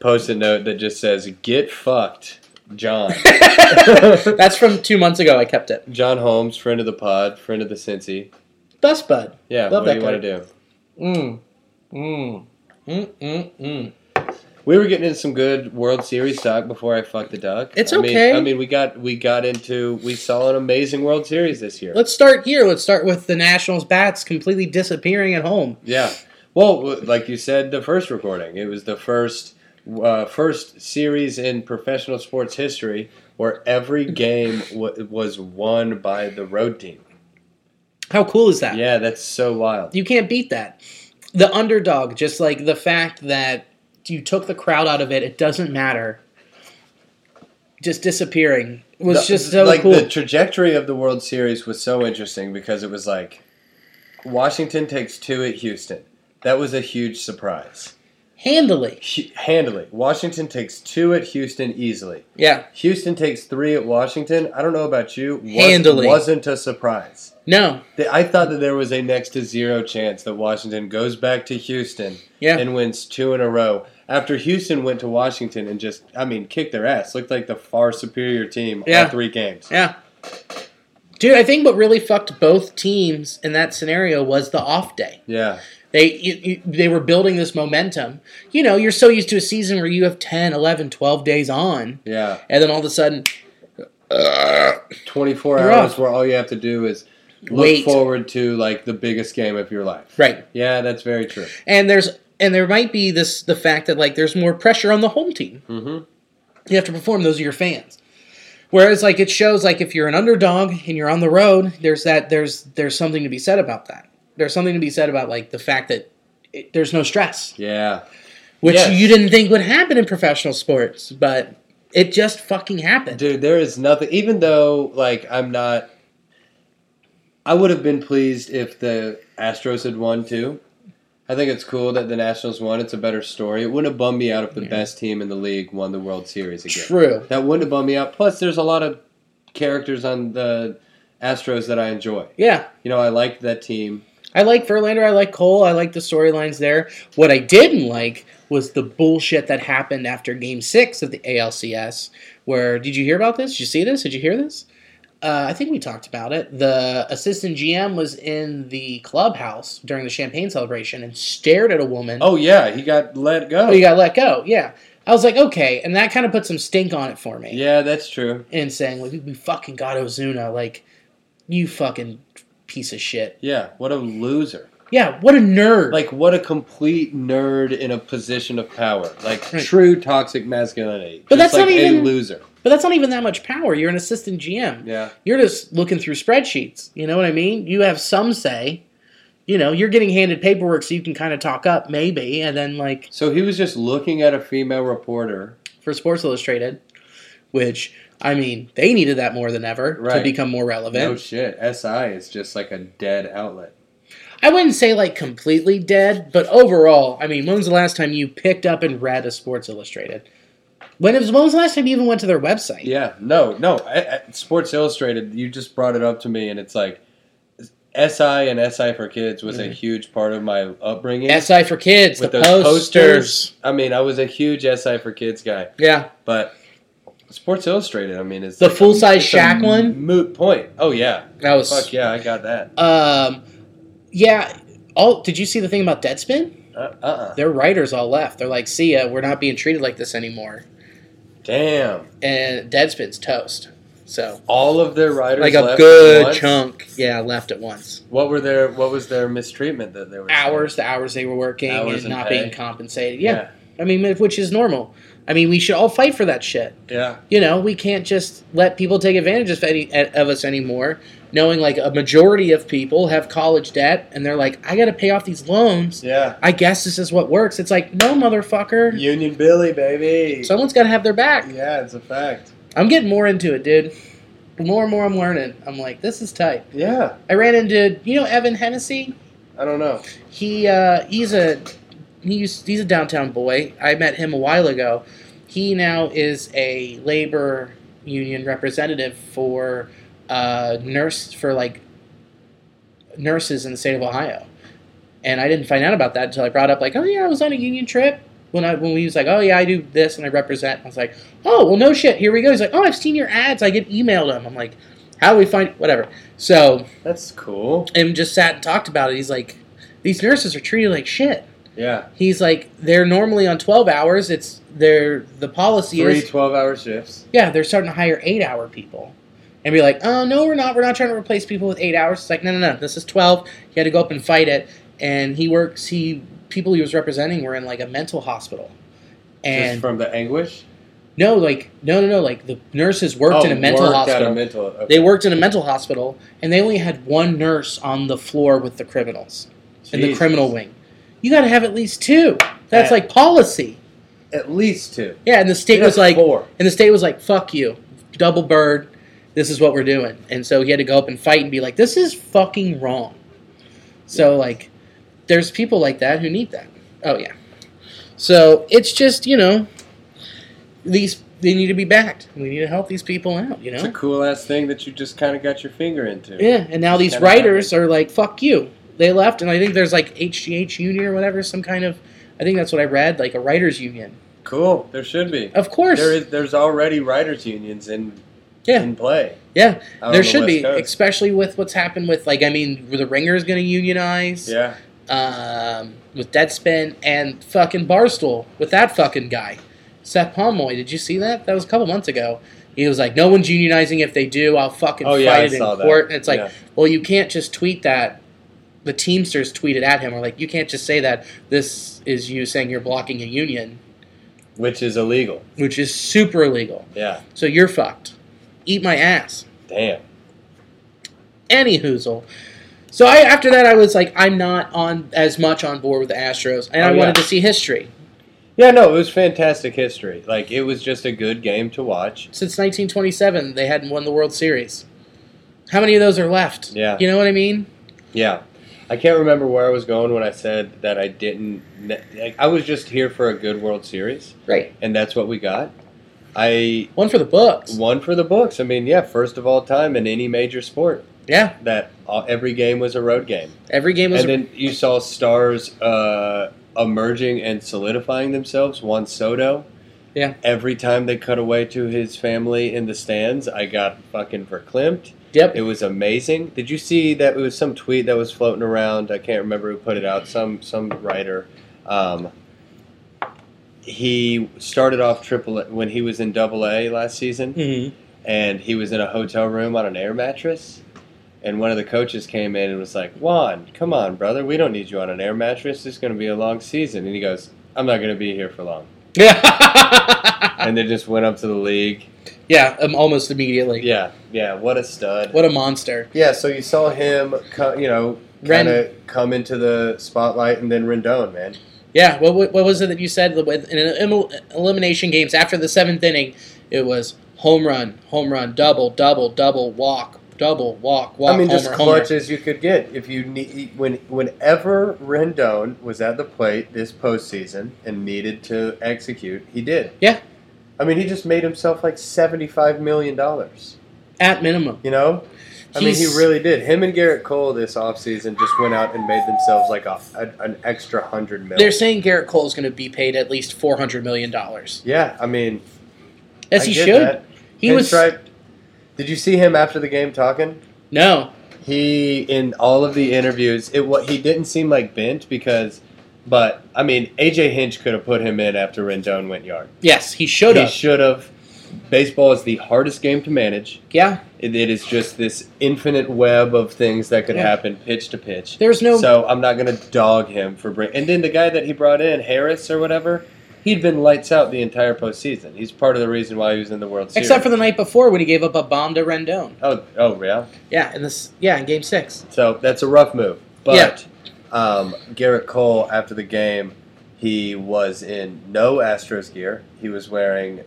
Speaker 2: post-it note that just says "Get fucked, John."
Speaker 1: That's from two months ago. I kept it.
Speaker 2: John Holmes, friend of the pod, friend of the Cincy.
Speaker 1: Best bud.
Speaker 2: Yeah,
Speaker 1: Love
Speaker 2: what do
Speaker 1: that
Speaker 2: you
Speaker 1: guy.
Speaker 2: want to do?
Speaker 1: Mm. Mm. Mm, mm, mm.
Speaker 2: We were getting into some good World Series talk before I fucked the duck.
Speaker 1: It's
Speaker 2: I mean-
Speaker 1: okay.
Speaker 2: I mean, we got we got into we saw an amazing World Series this year.
Speaker 1: Let's start here. Let's start with the Nationals bats completely disappearing at home.
Speaker 2: Yeah. Well, w- like you said, the first recording, it was the first uh, first series in professional sports history where every game w- was won by the road team.
Speaker 1: How cool is that?
Speaker 2: Yeah, that's so wild.
Speaker 1: You can't beat that. The underdog, just like the fact that you took the crowd out of it, it doesn't matter. Just disappearing was just so
Speaker 2: like
Speaker 1: cool.
Speaker 2: the trajectory of the World Series was so interesting because it was like Washington takes two at Houston. That was a huge surprise.
Speaker 1: Handily.
Speaker 2: Hu- handily, Washington takes two at Houston easily.
Speaker 1: Yeah.
Speaker 2: Houston takes three at Washington. I don't know about you. Was-
Speaker 1: Handily.
Speaker 2: wasn't a surprise.
Speaker 1: No.
Speaker 2: Th- I thought that there was a next to zero chance that Washington goes back to Houston
Speaker 1: Yeah.
Speaker 2: and wins two in a row. After Houston went to Washington and just, I mean, kicked their ass, looked like the far superior team
Speaker 1: Yeah.
Speaker 2: all three games.
Speaker 1: Yeah. Dude, I think what really fucked both teams in that scenario was the off day.
Speaker 2: Yeah,
Speaker 1: They you, you, they were building this momentum. You know, you're so used to a season where you have 10, 11, 12 days on,
Speaker 2: yeah.
Speaker 1: and then all of a sudden,
Speaker 2: 24
Speaker 1: You're
Speaker 2: hours
Speaker 1: off.
Speaker 2: where all you have to do is look
Speaker 1: Wait.
Speaker 2: forward to like the biggest game of your life.
Speaker 1: right.
Speaker 2: Yeah, that's very true.
Speaker 1: And there's and there might be this the fact that like there's more pressure on the home team. Mm-hmm. You have to perform; those are your fans. Whereas, like it shows, like if you're an underdog and you're on the road, there's that there's there's something to be said about that. There's something to be said about like the fact that it, there's no stress,
Speaker 2: Yeah.
Speaker 1: which
Speaker 2: Yes.
Speaker 1: you didn't think would happen in professional sports, but it just fucking happened.
Speaker 2: Dude, there is nothing. Even though, like, I'm not. I would have been pleased if the Astros had won too. I think it's cool that the Nationals won. It's a better story. It wouldn't have bummed me out if the best team in the league won the World Series again.
Speaker 1: True.
Speaker 2: That wouldn't have bummed me out. Plus, there's a lot of characters on the Astros that I enjoy.
Speaker 1: Yeah,
Speaker 2: You know, I liked that team.
Speaker 1: I like Verlander. I like Cole. I like the storylines there. What I didn't like was the bullshit that happened after Game Six of the ALCS. Where did you hear about this? Did you see this? Did you hear this? Uh, I think we talked about it. The assistant GM was in the clubhouse during the champagne celebration and stared at a woman. Oh,
Speaker 2: Oh yeah, he got let go.
Speaker 1: you got let go. Yeah, I was like, okay, and that kind of put some stink on it for me.
Speaker 2: yeah, that's true.
Speaker 1: And saying like, we fucking got Ozuna. Like, you fucking piece of shit.
Speaker 2: Yeah, what a loser.
Speaker 1: Yeah, what a nerd.
Speaker 2: Like what a complete nerd in a position of power. Like
Speaker 1: Right.
Speaker 2: true toxic masculinity.
Speaker 1: But
Speaker 2: Just
Speaker 1: that's not
Speaker 2: like a
Speaker 1: even-
Speaker 2: loser.
Speaker 1: But that's not even that much power. You're an assistant GM.
Speaker 2: Yeah.
Speaker 1: You're just looking through spreadsheets. You know what I mean? You have some say. You know, you're getting handed paperwork so you can kind of talk up, maybe, and then like
Speaker 2: So he was just looking at a female reporter.
Speaker 1: for Sports Illustrated, which I mean, they needed that more than ever to
Speaker 2: Right.
Speaker 1: become more
Speaker 2: No
Speaker 1: relevant.
Speaker 2: shit. SI is just like a dead outlet.
Speaker 1: I wouldn't say like completely dead, but overall, I mean, when was the last time you picked up and read a Sports Illustrated? When, it was, when was the last time you even went to their website?
Speaker 2: Yeah, no, no. I, I, Sports Illustrated, you just brought it up to me, and it's like SI and SI for Kids was
Speaker 1: Mm-hmm.
Speaker 2: a huge part of my upbringing.
Speaker 1: SI for Kids, the posters.
Speaker 2: I mean, I was a huge SI for Kids guy,
Speaker 1: Yeah.
Speaker 2: but Sports Illustrated, I mean, is
Speaker 1: The full-size Shaq
Speaker 2: shack
Speaker 1: one?
Speaker 2: Moot point. Oh yeah,
Speaker 1: That was.
Speaker 2: fuck yeah, I got that.
Speaker 1: Um, yeah. All, did you see the thing about Deadspin?
Speaker 2: Uh uh uh.
Speaker 1: Their writers all left. They're like, see ya, we're not being treated like this anymore.
Speaker 2: Damn,
Speaker 1: And Deadspin's toast. So,
Speaker 2: all of their writers
Speaker 1: like a
Speaker 2: left
Speaker 1: good
Speaker 2: at once?
Speaker 1: chunk, yeah, left at once.
Speaker 2: What were their What was their mistreatment that they were
Speaker 1: hours, the hours they were working,
Speaker 2: Hours
Speaker 1: and
Speaker 2: and
Speaker 1: not
Speaker 2: pay.
Speaker 1: being compensated. Yeah. I mean, which is normal. I mean, we should all fight for that shit.
Speaker 2: Yeah,
Speaker 1: You know, we can't just let people take advantage of any eh, of us anymore. Knowing like a majority of people have college debt, and they're like, I got to pay off these loans.
Speaker 2: yeah.
Speaker 1: I guess this is what works. It's like, no, motherfucker.
Speaker 2: Union Billy, baby.
Speaker 1: Someone's got to have their back.
Speaker 2: yeah, it's a fact.
Speaker 1: I'm getting more into it, dude. The more and more I'm learning, I'm like, this is tight.
Speaker 2: Yeah,
Speaker 1: I ran into, you know, Evan Hennessy?
Speaker 2: I don't know.
Speaker 1: He uh, he's a he's he's a downtown boy. I met him a while ago. He now is a labor union representative for uh, nurse for like nurses in the state of Ohio. And I didn't find out about that until I brought up like, oh yeah, I was on a union trip when I when we was like, oh yeah, I do this and I represent. I was like, oh well, no shit, here we go. He's like, oh, I've seen your ads. I get emailed him. I'm like, how do we find whatever? So
Speaker 2: That's cool.
Speaker 1: and just sat and talked about it. He's like, these nurses are treated like shit.
Speaker 2: Yeah.
Speaker 1: He's like, they're normally on twelve hours. It's they're the policy
Speaker 2: Three
Speaker 1: is
Speaker 2: 12 hour shifts.
Speaker 1: yeah, they're starting to hire eight hour people. And be like, oh no, we're not. We're not trying to replace people with eight hours. It's like, no, no, no. This is twelve. He had to go up and fight it. And he works. He people he was representing were in like a mental hospital.
Speaker 2: just
Speaker 1: And
Speaker 2: from the anguish?
Speaker 1: no, like no, no, no. Like the nurses worked in a mental
Speaker 2: Oh, worked at
Speaker 1: hospital.
Speaker 2: a mental- okay.
Speaker 1: They worked in a mental hospital, and they only had one nurse on the floor with the criminals in the
Speaker 2: Jesus.
Speaker 1: criminal wing. You got to have at least two. That's
Speaker 2: That-
Speaker 1: like policy.
Speaker 2: At least two.
Speaker 1: Yeah, and the state
Speaker 2: Yeah,
Speaker 1: was like,
Speaker 2: four.
Speaker 1: and the state was like, "Fuck you, double bird. This is what we're doing." And so he had to go up and fight and be like, "This is fucking wrong." So like, there's people like that who need that. Oh yeah. So it's just you know, these they need to be backed. We need to help these people out. You know,
Speaker 2: It's a cool ass thing that you just kind of got your finger into.
Speaker 1: yeah, and now these
Speaker 2: kinda
Speaker 1: writers are like, "Fuck you." They left, and I think there's like HGH union or whatever, some kind of. I think that's what I read, like a writers union.
Speaker 2: Cool. There should be.
Speaker 1: Of course,
Speaker 2: There is. There's already writers unions in
Speaker 1: yeah,
Speaker 2: in play.
Speaker 1: yeah.
Speaker 2: out on
Speaker 1: There
Speaker 2: the
Speaker 1: should
Speaker 2: West
Speaker 1: be,
Speaker 2: Coast.
Speaker 1: especially with what's happened with like, I mean, the Ringer is going to unionize.
Speaker 2: yeah.
Speaker 1: Um, with Deadspin and fucking Barstool with that fucking guy, Seth Pomeroy. Did you see that? That was a couple months ago. He was like, "No one's unionizing. If they do, I'll fucking
Speaker 2: Oh,
Speaker 1: fight
Speaker 2: yeah, I
Speaker 1: it in
Speaker 2: saw that.
Speaker 1: court." And it's like,
Speaker 2: Yeah.
Speaker 1: well, you can't just tweet that. The Teamsters tweeted at him, or like, you can't just say that. This is you saying you're blocking a union,
Speaker 2: Which is illegal.
Speaker 1: which is super illegal.
Speaker 2: Yeah.
Speaker 1: So you're fucked. Eat my ass.
Speaker 2: Damn.
Speaker 1: Any hoozle. So I, after that, I was like, I'm not on as much on board with the Astros, and I
Speaker 2: Oh, yeah.
Speaker 1: wanted to see history
Speaker 2: Yeah. No, it was fantastic history. Like it was just a good game to watch.
Speaker 1: since 1927 they hadn't won the World Series. How many of those are left?
Speaker 2: Yeah.
Speaker 1: You know what I mean?
Speaker 2: Yeah. I can't remember where I was going when I said that I didn't. Like, I was just here for a good World Series,
Speaker 1: Right.
Speaker 2: and that's what we got. I
Speaker 1: One for the books.
Speaker 2: One for the books. I mean, yeah, first of all time in any major sport
Speaker 1: Yeah.
Speaker 2: that all, every game was a road game,
Speaker 1: Every game was
Speaker 2: and then you saw stars uh, emerging and solidifying themselves. Juan Soto.
Speaker 1: Yeah.
Speaker 2: Every time they cut away to his family in the stands, I got fucking verklempt.
Speaker 1: Yep.
Speaker 2: It was amazing. Did you see that it was some tweet that was floating around? I can't remember who put it out. Some some writer. Um, he started off triple A- when he was in double A last season
Speaker 1: Mhm.
Speaker 2: and he was in a hotel room on an air mattress. And one of the coaches came in and was like, Juan, come on, brother. We don't need you on an air mattress. It's going to be a long season. And he goes, I'm not going to be here for long.
Speaker 1: Yeah.
Speaker 2: And they just went up to the league.
Speaker 1: yeah. Um, almost immediately.
Speaker 2: Yeah, yeah, what a stud.
Speaker 1: What a monster.
Speaker 2: Yeah, so you saw him, co- you know,
Speaker 1: Ren-
Speaker 2: kind of come into the spotlight and then Rendon, man.
Speaker 1: Yeah. What, what, what was it that you said that with- in an em- elimination games after the seventh inning? It was home run, home run, double, double, double, walk, double, walk, walk.
Speaker 2: I mean,
Speaker 1: homer,
Speaker 2: just
Speaker 1: homer.
Speaker 2: clutch as you could get. If you need, when whenever Rendon was at the plate this postseason and needed to execute, he did.
Speaker 1: Yeah,
Speaker 2: I mean, he just made himself like seventy-five million dollars.
Speaker 1: at minimum.
Speaker 2: You know, I mean, he
Speaker 1: He's-
Speaker 2: really did. Him and Garrett Cole this offseason just went out and made themselves like a, a- an extra hundred million.
Speaker 1: They're saying Garrett Cole is going to be paid at least four hundred million dollars,
Speaker 2: yeah, I mean,
Speaker 1: as
Speaker 2: I
Speaker 1: he
Speaker 2: get
Speaker 1: should.
Speaker 2: that.
Speaker 1: He was
Speaker 2: Pinstripe- Did you see him after the game talking?
Speaker 1: no.
Speaker 2: he in all of the interviews it what he didn't seem like bent because but i mean aj hinch could have put him in after rendon went yard
Speaker 1: Yes, he should
Speaker 2: he
Speaker 1: have.
Speaker 2: should have baseball is the hardest game to manage
Speaker 1: yeah,
Speaker 2: it, it is just this infinite web of things that could
Speaker 1: Yeah.
Speaker 2: happen pitch to pitch
Speaker 1: There's no-
Speaker 2: so i'm not going to dog him for bring and then the guy that he brought in harris or whatever he'd been lights out the entire postseason he's part of the reason why he was in the world series
Speaker 1: except for the night before when he gave up a bomb to Rendon.
Speaker 2: oh oh yeah
Speaker 1: Yeah, in this. Yeah, in Game Six.
Speaker 2: So that's a rough move. But um, Garrett Cole, after the game, he was in no Astros gear. He was wearing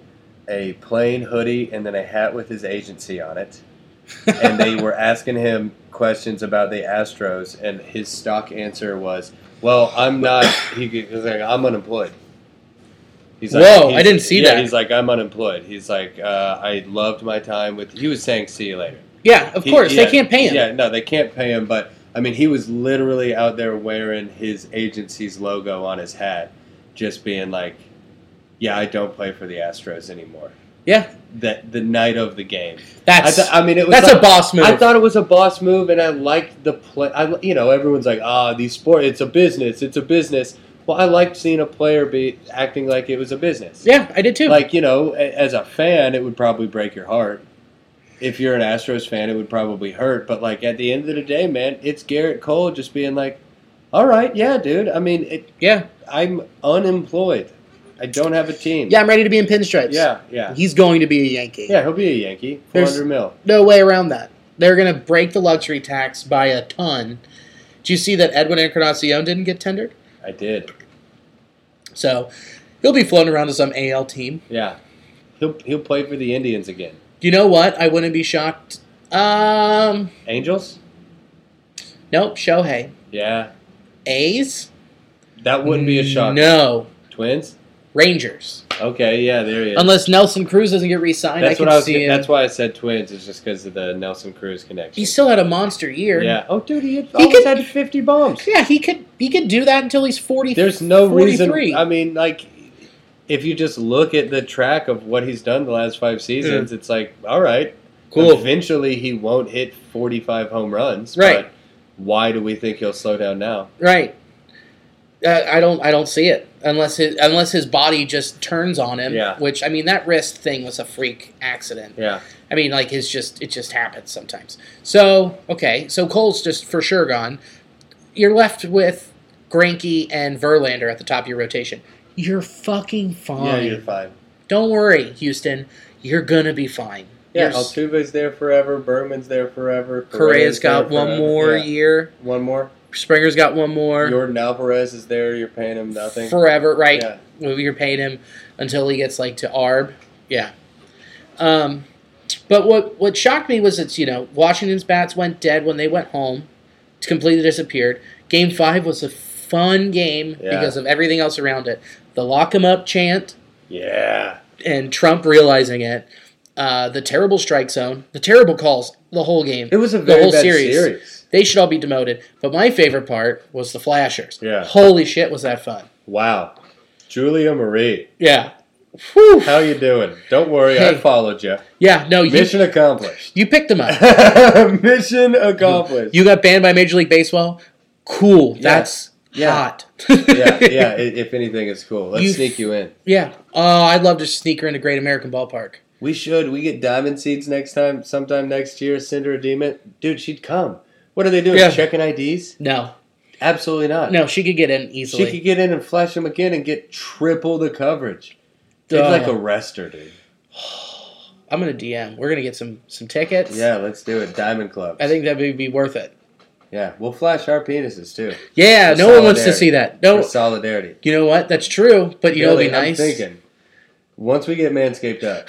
Speaker 2: a plain hoodie and then a hat with his agency on it. and they were asking him questions about the Astros, and his stock answer was, "Well, I'm not." He was like, "I'm unemployed." He's
Speaker 1: Whoa, I didn't see
Speaker 2: yeah,
Speaker 1: that.
Speaker 2: He's like, "I'm unemployed." He's like, uh, "I loved my time with." He was saying, "See you later."
Speaker 1: Yeah, of
Speaker 2: He-
Speaker 1: course
Speaker 2: yeah,
Speaker 1: they can't pay him.
Speaker 2: Yeah, no, they can't pay him. But I mean, he was literally out there wearing his agency's logo on his hat, just being like, "Yeah, I don't play for the Astros anymore."
Speaker 1: yeah.
Speaker 2: That the night of the game.
Speaker 1: That's-
Speaker 2: I, I mean, it was
Speaker 1: that's a
Speaker 2: like-
Speaker 1: boss move.
Speaker 2: I thought it was a boss move, and I liked the play. I, you know, everyone's like, "Ah, these sport, it's a business, it's a business." Well, I liked seeing a player be acting like it was a business.
Speaker 1: Yeah, I did too.
Speaker 2: Like you know, a- as a fan, it would probably break your heart. If you're an Astros fan, it would probably hurt. But like at the end of the day, man, it's Garrett Cole just being like, "All right, yeah, dude. I mean, it,
Speaker 1: yeah,
Speaker 2: I'm unemployed. I don't have a team.
Speaker 1: yeah. I'm ready to be in pinstripes.
Speaker 2: yeah, yeah,
Speaker 1: he's going to be a Yankee.
Speaker 2: yeah. He'll be a Yankee. Four
Speaker 1: There's-
Speaker 2: hundred mil.
Speaker 1: no way around that. They're going to break the luxury tax by a ton. Do you see that Edwin Encarnacion didn't get tendered?
Speaker 2: I did.
Speaker 1: So he'll be floating around to some AL team.
Speaker 2: Yeah, he'll he'll play for the Indians again.
Speaker 1: You know what? I wouldn't be shocked. Um,
Speaker 2: Angels.
Speaker 1: nope, Shohei.
Speaker 2: Yeah,
Speaker 1: A's?
Speaker 2: that wouldn't be a shock.
Speaker 1: No,
Speaker 2: Twins.
Speaker 1: Rangers.
Speaker 2: Okay, yeah, there he is.
Speaker 1: Unless Nelson Cruz doesn't get re-signed, I
Speaker 2: that's
Speaker 1: can
Speaker 2: what I was.
Speaker 1: see him.
Speaker 2: That's why I said Twins. Is just because of the Nelson Cruz connection.
Speaker 1: he still had a monster year.
Speaker 2: Yeah. Oh, dude, he, had,
Speaker 1: He
Speaker 2: almost
Speaker 1: could-
Speaker 2: had 50 bombs.
Speaker 1: yeah, he could he could do that until he's forty.
Speaker 2: There's no
Speaker 1: 43.
Speaker 2: reason. I mean, like, if you just look at the track of what he's done the last five seasons, it's like, all right,
Speaker 1: Cool.
Speaker 2: Eventually, he won't hit 45 home runs.
Speaker 1: Right.
Speaker 2: But why do we think he'll slow down now?
Speaker 1: Right. Uh, I don't. I don't see it unless his unless his body just turns on him.
Speaker 2: Yeah.
Speaker 1: Which I mean, that wrist thing was a freak accident.
Speaker 2: Yeah.
Speaker 1: I mean, like it's just it just happens sometimes. So okay, so Cole's just for sure gone. You're left with Granky and Verlander at the top of your rotation. You're fucking fine.
Speaker 2: Yeah, you're fine.
Speaker 1: Don't worry, Houston. You're gonna be fine.
Speaker 2: Yeah,
Speaker 1: You're s-
Speaker 2: Altuve's there forever. Berman's there forever.
Speaker 1: Correa's
Speaker 2: Correa's there
Speaker 1: got one
Speaker 2: forever.
Speaker 1: more
Speaker 2: Yeah.
Speaker 1: year.
Speaker 2: One more.
Speaker 1: Springer's got one more.
Speaker 2: Jordan Alvarez is there. You're paying him nothing.
Speaker 1: forever, right?
Speaker 2: Yeah.
Speaker 1: Well, You're paying him until he gets like to Arb. Yeah. Um, but what what shocked me was it's you know Washington's bats went dead when they went home, It's completely disappeared. Game five was a fun game
Speaker 2: Yeah.
Speaker 1: because of everything else around it. The lock 'em up chant
Speaker 2: yeah.
Speaker 1: and Trump realizing it. Uh, the terrible strike zone, the terrible calls, the whole game.
Speaker 2: It was a very
Speaker 1: the whole
Speaker 2: bad series.
Speaker 1: They should all be demoted. But my favorite part was the flashers.
Speaker 2: Yeah.
Speaker 1: Holy shit, was that fun?
Speaker 2: Wow. Julia Marie.
Speaker 1: Yeah. Whew.
Speaker 2: How you doing? Don't worry, I
Speaker 1: Hey.
Speaker 2: followed you.
Speaker 1: Yeah, no, you,
Speaker 2: Mission accomplished.
Speaker 1: you picked them up.
Speaker 2: Mission accomplished.
Speaker 1: You got banned by Major League Baseball. Cool. That's
Speaker 2: Yeah.
Speaker 1: hot.
Speaker 2: yeah, yeah. i- If anything, it's cool. Let's
Speaker 1: You-
Speaker 2: sneak you in.
Speaker 1: yeah. Oh, I'd love to sneak her into Great American Ballpark.
Speaker 2: We should. We get diamond seeds next time, sometime next year. Send her a demon, dude. She'd come. What are they doing?
Speaker 1: Yeah.
Speaker 2: Checking IDs?
Speaker 1: No,
Speaker 2: Absolutely not.
Speaker 1: no, she could get in easily.
Speaker 2: She could get in and flash them again and get triple the coverage. They'd
Speaker 1: Duh.
Speaker 2: like arrest her, dude.
Speaker 1: I'm gonna DM. We're gonna get some some tickets.
Speaker 2: Yeah, let's do it. Diamond Club.
Speaker 1: I think that would be worth it.
Speaker 2: Yeah, we'll flash our penises too.
Speaker 1: Yeah,
Speaker 2: For
Speaker 1: no one wants to
Speaker 2: solidarity.
Speaker 1: see that. No,
Speaker 2: For solidarity.
Speaker 1: you know what? That's true. But you know,
Speaker 2: Billy,
Speaker 1: it'd be nice.
Speaker 2: I'm thinking, once we get Manscaped up,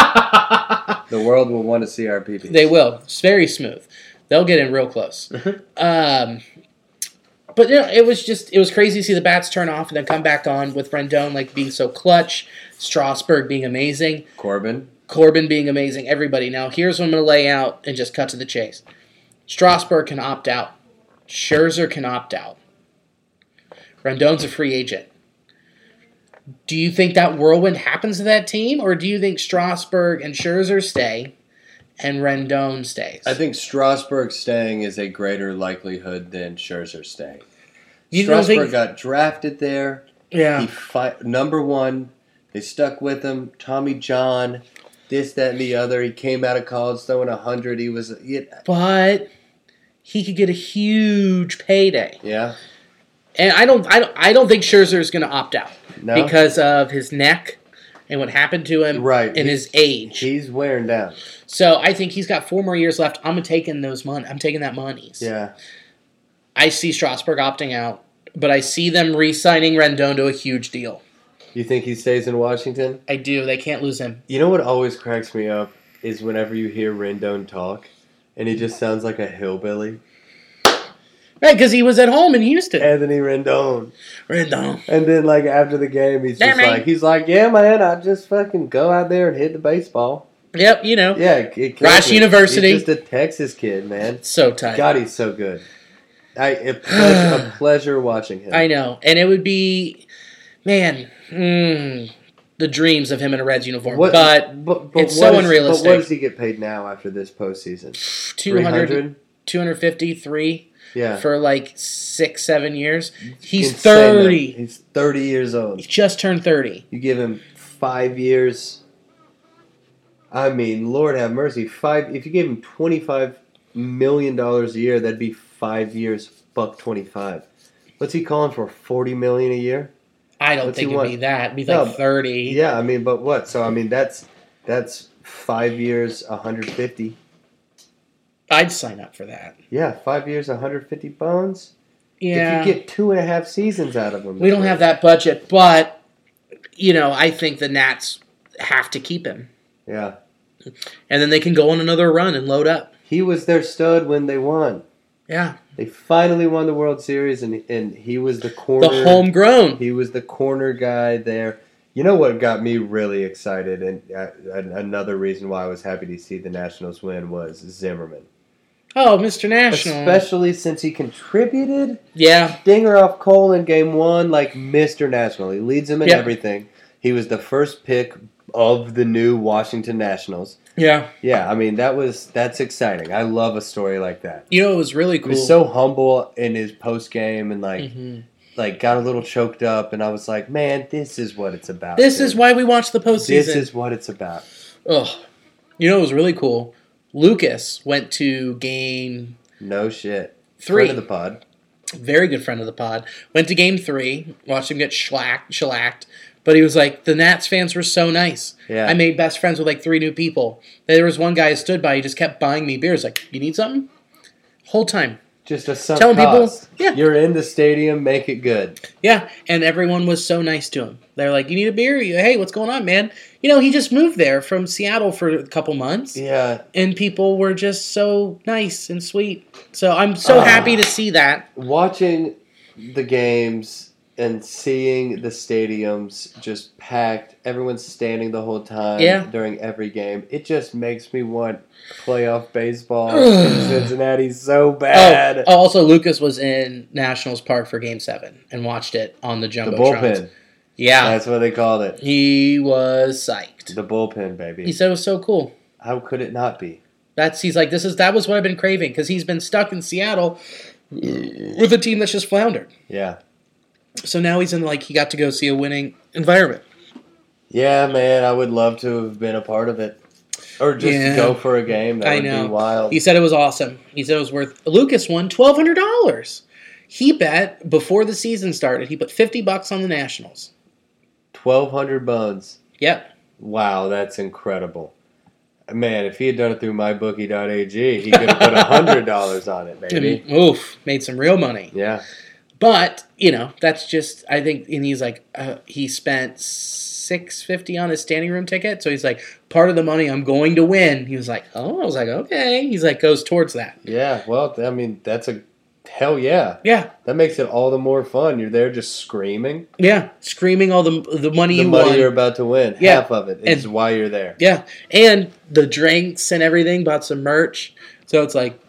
Speaker 2: The world will want to see our pee
Speaker 1: They will. It's very smooth. They'll get in real close. um, but you know, it was just it was crazy to see the bats turn off and then come back on with Rendon like being so clutch, Strasburg being amazing,
Speaker 2: Corbin.
Speaker 1: Corbin being amazing. Everybody. Now here's what I'm going to lay out and just cut to the chase. Strasburg can opt out. Scherzer can opt out. Rendon's a free agent. Do you think that whirlwind happens to that team, or do you think Strasburg and Scherzer stay, and Rendon stays?
Speaker 2: I think Strasburg staying is a greater likelihood than Scherzer staying.
Speaker 1: You don't
Speaker 2: Strasburg
Speaker 1: think-
Speaker 2: got drafted there.
Speaker 1: Yeah.
Speaker 2: He fi- number one. They stuck with him. Tommy John, this, that, and the other. He came out of college throwing hundred. He was yeah.
Speaker 1: but he could get a huge payday.
Speaker 2: yeah.
Speaker 1: And I don't, I don't, I don't think Scherzer is going to opt out
Speaker 2: No?
Speaker 1: because of his neck and what happened to him,
Speaker 2: Right.
Speaker 1: And his age.
Speaker 2: He's wearing down.
Speaker 1: so I think he's got four more years left. I'm taking those money. I'm taking that monies.
Speaker 2: Yeah.
Speaker 1: I see Strasburg opting out, but I see them re-signing Rendon to a huge deal.
Speaker 2: You think he stays in Washington?
Speaker 1: I do. They can't lose him.
Speaker 2: You know what always cracks me up is whenever you hear Rendon talk, and he just sounds like a hillbilly.
Speaker 1: Right, because he was at home in Houston.
Speaker 2: Anthony Rendon.
Speaker 1: Rendon.
Speaker 2: And then, like after the game, he's
Speaker 1: Yeah,
Speaker 2: just
Speaker 1: man.
Speaker 2: like, he's like, yeah, man, I just fucking go out there and hit the baseball.
Speaker 1: Yep, you know.
Speaker 2: Yeah, it kills
Speaker 1: Rice
Speaker 2: me.
Speaker 1: University.
Speaker 2: He's just a Texas kid, man.
Speaker 1: So tight.
Speaker 2: God, he's so good. I it pleasure, a pleasure watching him.
Speaker 1: I know, and it would be, man, mm, the dreams of him in a Reds uniform. but it's
Speaker 2: what
Speaker 1: so
Speaker 2: is-
Speaker 1: unrealistic.
Speaker 2: But what does he get paid now after this postseason?
Speaker 1: 200,
Speaker 2: 300?
Speaker 1: 253
Speaker 2: Yeah,
Speaker 1: for like six, seven years. He's
Speaker 2: Insane, man.
Speaker 1: thirty.
Speaker 2: He's thirty years old.
Speaker 1: He just turned thirty.
Speaker 2: You give him five years. I mean, Lord have mercy. Five. If you gave him twenty-five million dollars a year, that'd be five years. Buck twenty-five. What's he calling for? Forty million a year?
Speaker 1: I don't
Speaker 2: What's
Speaker 1: think
Speaker 2: he
Speaker 1: it'd
Speaker 2: want?
Speaker 1: be that. It'd be
Speaker 2: No,
Speaker 1: like thirty.
Speaker 2: Yeah, I mean, but what? So I mean, that's that's five years, one hundred fifty.
Speaker 1: I'd sign up for that.
Speaker 2: Yeah, five years, one hundred fifty bones.
Speaker 1: Yeah,
Speaker 2: If you get two and a half seasons out of him,
Speaker 1: we don't have that budget, but you know, I think the Nats have to keep him,
Speaker 2: Yeah,
Speaker 1: and then they can go on another run and load up.
Speaker 2: he was their stud when they won.
Speaker 1: Yeah,
Speaker 2: They finally won the World Series, and and he was the corner.
Speaker 1: the homegrown.
Speaker 2: He was the corner guy there. You know what got me really excited, and uh, an- another reason why I was happy to see the Nationals win was Zimmerman,
Speaker 1: Oh, Mr. National.
Speaker 2: especially since he contributed
Speaker 1: yeah.
Speaker 2: dinger off Cole in Game One, like Mister National. He leads them in
Speaker 1: Yeah.
Speaker 2: everything. He was the first pick of the new Washington Nationals.
Speaker 1: Yeah.
Speaker 2: Yeah, I mean that was that's exciting. I love a story like that.
Speaker 1: You know, it was really
Speaker 2: He
Speaker 1: cool.
Speaker 2: was so humble in his post game and like
Speaker 1: Mhm.
Speaker 2: like got a little choked up, and I was like, man, this is what it's about.
Speaker 1: This
Speaker 2: dude.
Speaker 1: is why we watch the postseason.
Speaker 2: This is what it's about.
Speaker 1: Ugh. You know, it was really cool. Lucas went to game
Speaker 2: No shit.
Speaker 1: Three.
Speaker 2: Friend of the pod.
Speaker 1: very good friend of the pod, went to game three, watched him get shellacked, shellacked. But he was like, the Nats fans were so nice.
Speaker 2: Yeah.
Speaker 1: I made best friends with like three new people. There was one guy I stood by, he just kept buying me beers. Like, you need something? Whole time.
Speaker 2: Just a sunk
Speaker 1: Telling people-
Speaker 2: cost.
Speaker 1: yeah.
Speaker 2: You're in the stadium, make it good.
Speaker 1: Yeah, and everyone was so nice to him. They're like, "You need a beer? You, hey, what's going on, man?" You know, he just moved there from Seattle for a couple months,
Speaker 2: Yeah.
Speaker 1: and people were just so nice and sweet. So I'm so
Speaker 2: Ah.
Speaker 1: happy to see that.
Speaker 2: Watching the games and seeing the stadiums just packed, everyone's standing the whole time
Speaker 1: Yeah.
Speaker 2: during every game. It just makes me want playoff baseball in Cincinnati so bad.
Speaker 1: Oh, oh, also Lucas was in Nationals Park for Game Seven and watched it on the
Speaker 2: the
Speaker 1: jumbo.
Speaker 2: bullpen.
Speaker 1: Yeah,
Speaker 2: That's what they called it.
Speaker 1: he was psyched.
Speaker 2: The bullpen, baby.
Speaker 1: He said it was so cool.
Speaker 2: How could it not be?
Speaker 1: That's he's like, this is that was what I've been craving because he's been stuck in Seattle uh, with a team that's just floundered.
Speaker 2: Yeah.
Speaker 1: So now he's in like he got to go see a winning environment.
Speaker 2: Yeah, man, I would love to have been a part of it. Or just
Speaker 1: Yeah.
Speaker 2: go for a game. That
Speaker 1: I
Speaker 2: would
Speaker 1: know.
Speaker 2: be wild.
Speaker 1: He said it was awesome. He said it was worth. Lucas won twelve hundred dollars. He bet before the season started. He put fifty bucks on the Nationals.
Speaker 2: 1,200 bones.
Speaker 1: Yep.
Speaker 2: Wow, that's incredible. Man, if he had done it through mybookie.ag, he could have put $100 on it, baby.
Speaker 1: And, oof, made some real money.
Speaker 2: Yeah.
Speaker 1: But you know, that's just I think. And he's like, uh, he spent six fifty on his standing room ticket. So he's like, part of the money I'm going to win. He was like, oh, I was like, okay. He's like, goes towards that.
Speaker 2: Yeah, well, I mean, that's a hell yeah.
Speaker 1: Yeah,
Speaker 2: That makes it all the more fun. You're there just screaming.
Speaker 1: yeah, screaming all the the money
Speaker 2: The
Speaker 1: you
Speaker 2: money
Speaker 1: won.
Speaker 2: you're about to win,
Speaker 1: Yeah,
Speaker 2: half of it is
Speaker 1: and-
Speaker 2: why you're there.
Speaker 1: Yeah, and the drinks and everything. Bought some merch, so it's like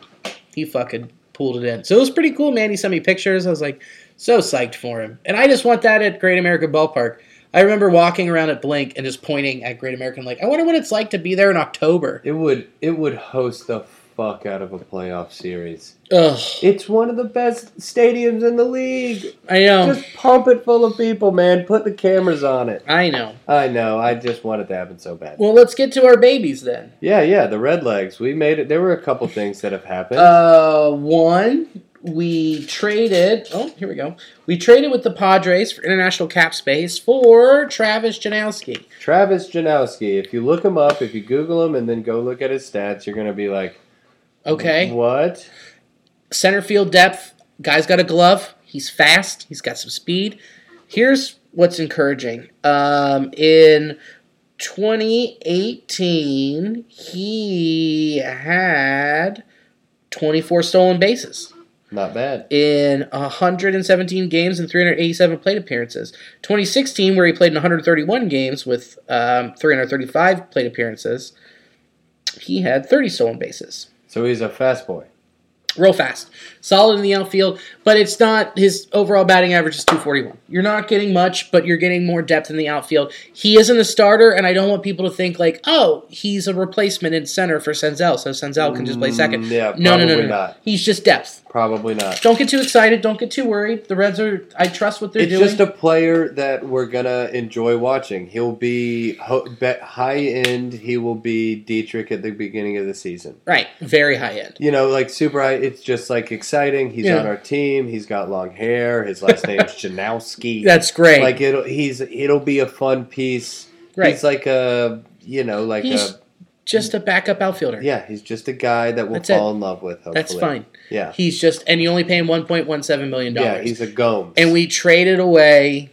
Speaker 1: he fucking pulled it in. So it was pretty cool, man. He sent me pictures. I was like so psyched for him, and I just want that at Great American Ballpark. I remember walking around at Blink and just pointing at Great American, like, I wonder what it's like to be there in October.
Speaker 2: It would it would host the fuck out of a playoff series.
Speaker 1: Ugh,
Speaker 2: It's one of the best stadiums in the league.
Speaker 1: I know,
Speaker 2: Just pump it full of people, man. Put the cameras on it.
Speaker 1: I know.
Speaker 2: I know. I just want it to happen so bad.
Speaker 1: Well, let's get to our babies then.
Speaker 2: Yeah, yeah. The red legs. We made it. There were a couple things that have happened.
Speaker 1: Uh, one we traded. Oh, here we go. We traded with the Padres for international cap space for Travis Janowski.
Speaker 2: Travis Janowski. If you look him up, if you Google him, and then go look at his stats, you're gonna be like,
Speaker 1: Okay,
Speaker 2: what?
Speaker 1: center field depth. Guy's got a glove. He's fast. He's got some speed. Here's what's encouraging. Um, in 2018, he had 24 stolen bases.
Speaker 2: Not bad.
Speaker 1: in 117 games and 387 plate appearances. 2016, where he played in 131 games with um, 335 plate appearances, he had 30 stolen bases.
Speaker 2: So he's a fast boy.
Speaker 1: Real fast, solid in the outfield, but it's not his overall batting average is 241. You're not getting much, but you're getting more depth in the outfield. He isn't a starter, and I don't want people to think like, oh, he's a replacement in center for Senzel, so Senzel can just play second.
Speaker 2: Mm, yeah,
Speaker 1: no, no, no, no,
Speaker 2: probably
Speaker 1: no.
Speaker 2: not.
Speaker 1: He's just depth.
Speaker 2: Probably not.
Speaker 1: Don't get too excited. Don't get too worried. The Reds are. I trust what they're
Speaker 2: It's
Speaker 1: doing.
Speaker 2: just a player that we're gonna enjoy watching. He'll be ho- bet high end. He will be Dietrich at the beginning of the season.
Speaker 1: right, very high end.
Speaker 2: You know, like super high. It's just like exciting. He's
Speaker 1: Yeah.
Speaker 2: on our team. He's got long hair. His last name's Janowski.
Speaker 1: That's great.
Speaker 2: like it'll. He's it'll be a fun piece.
Speaker 1: Right.
Speaker 2: He's like a you know like
Speaker 1: He's
Speaker 2: a
Speaker 1: just a backup outfielder.
Speaker 2: yeah. He's just a guy that we'll
Speaker 1: That's it.
Speaker 2: fall in love with. Hopefully.
Speaker 1: that's fine.
Speaker 2: Yeah.
Speaker 1: He's just, and you only pay him one point one seven million
Speaker 2: yeah.
Speaker 1: dollars.
Speaker 2: He's a Gomes.
Speaker 1: and we traded away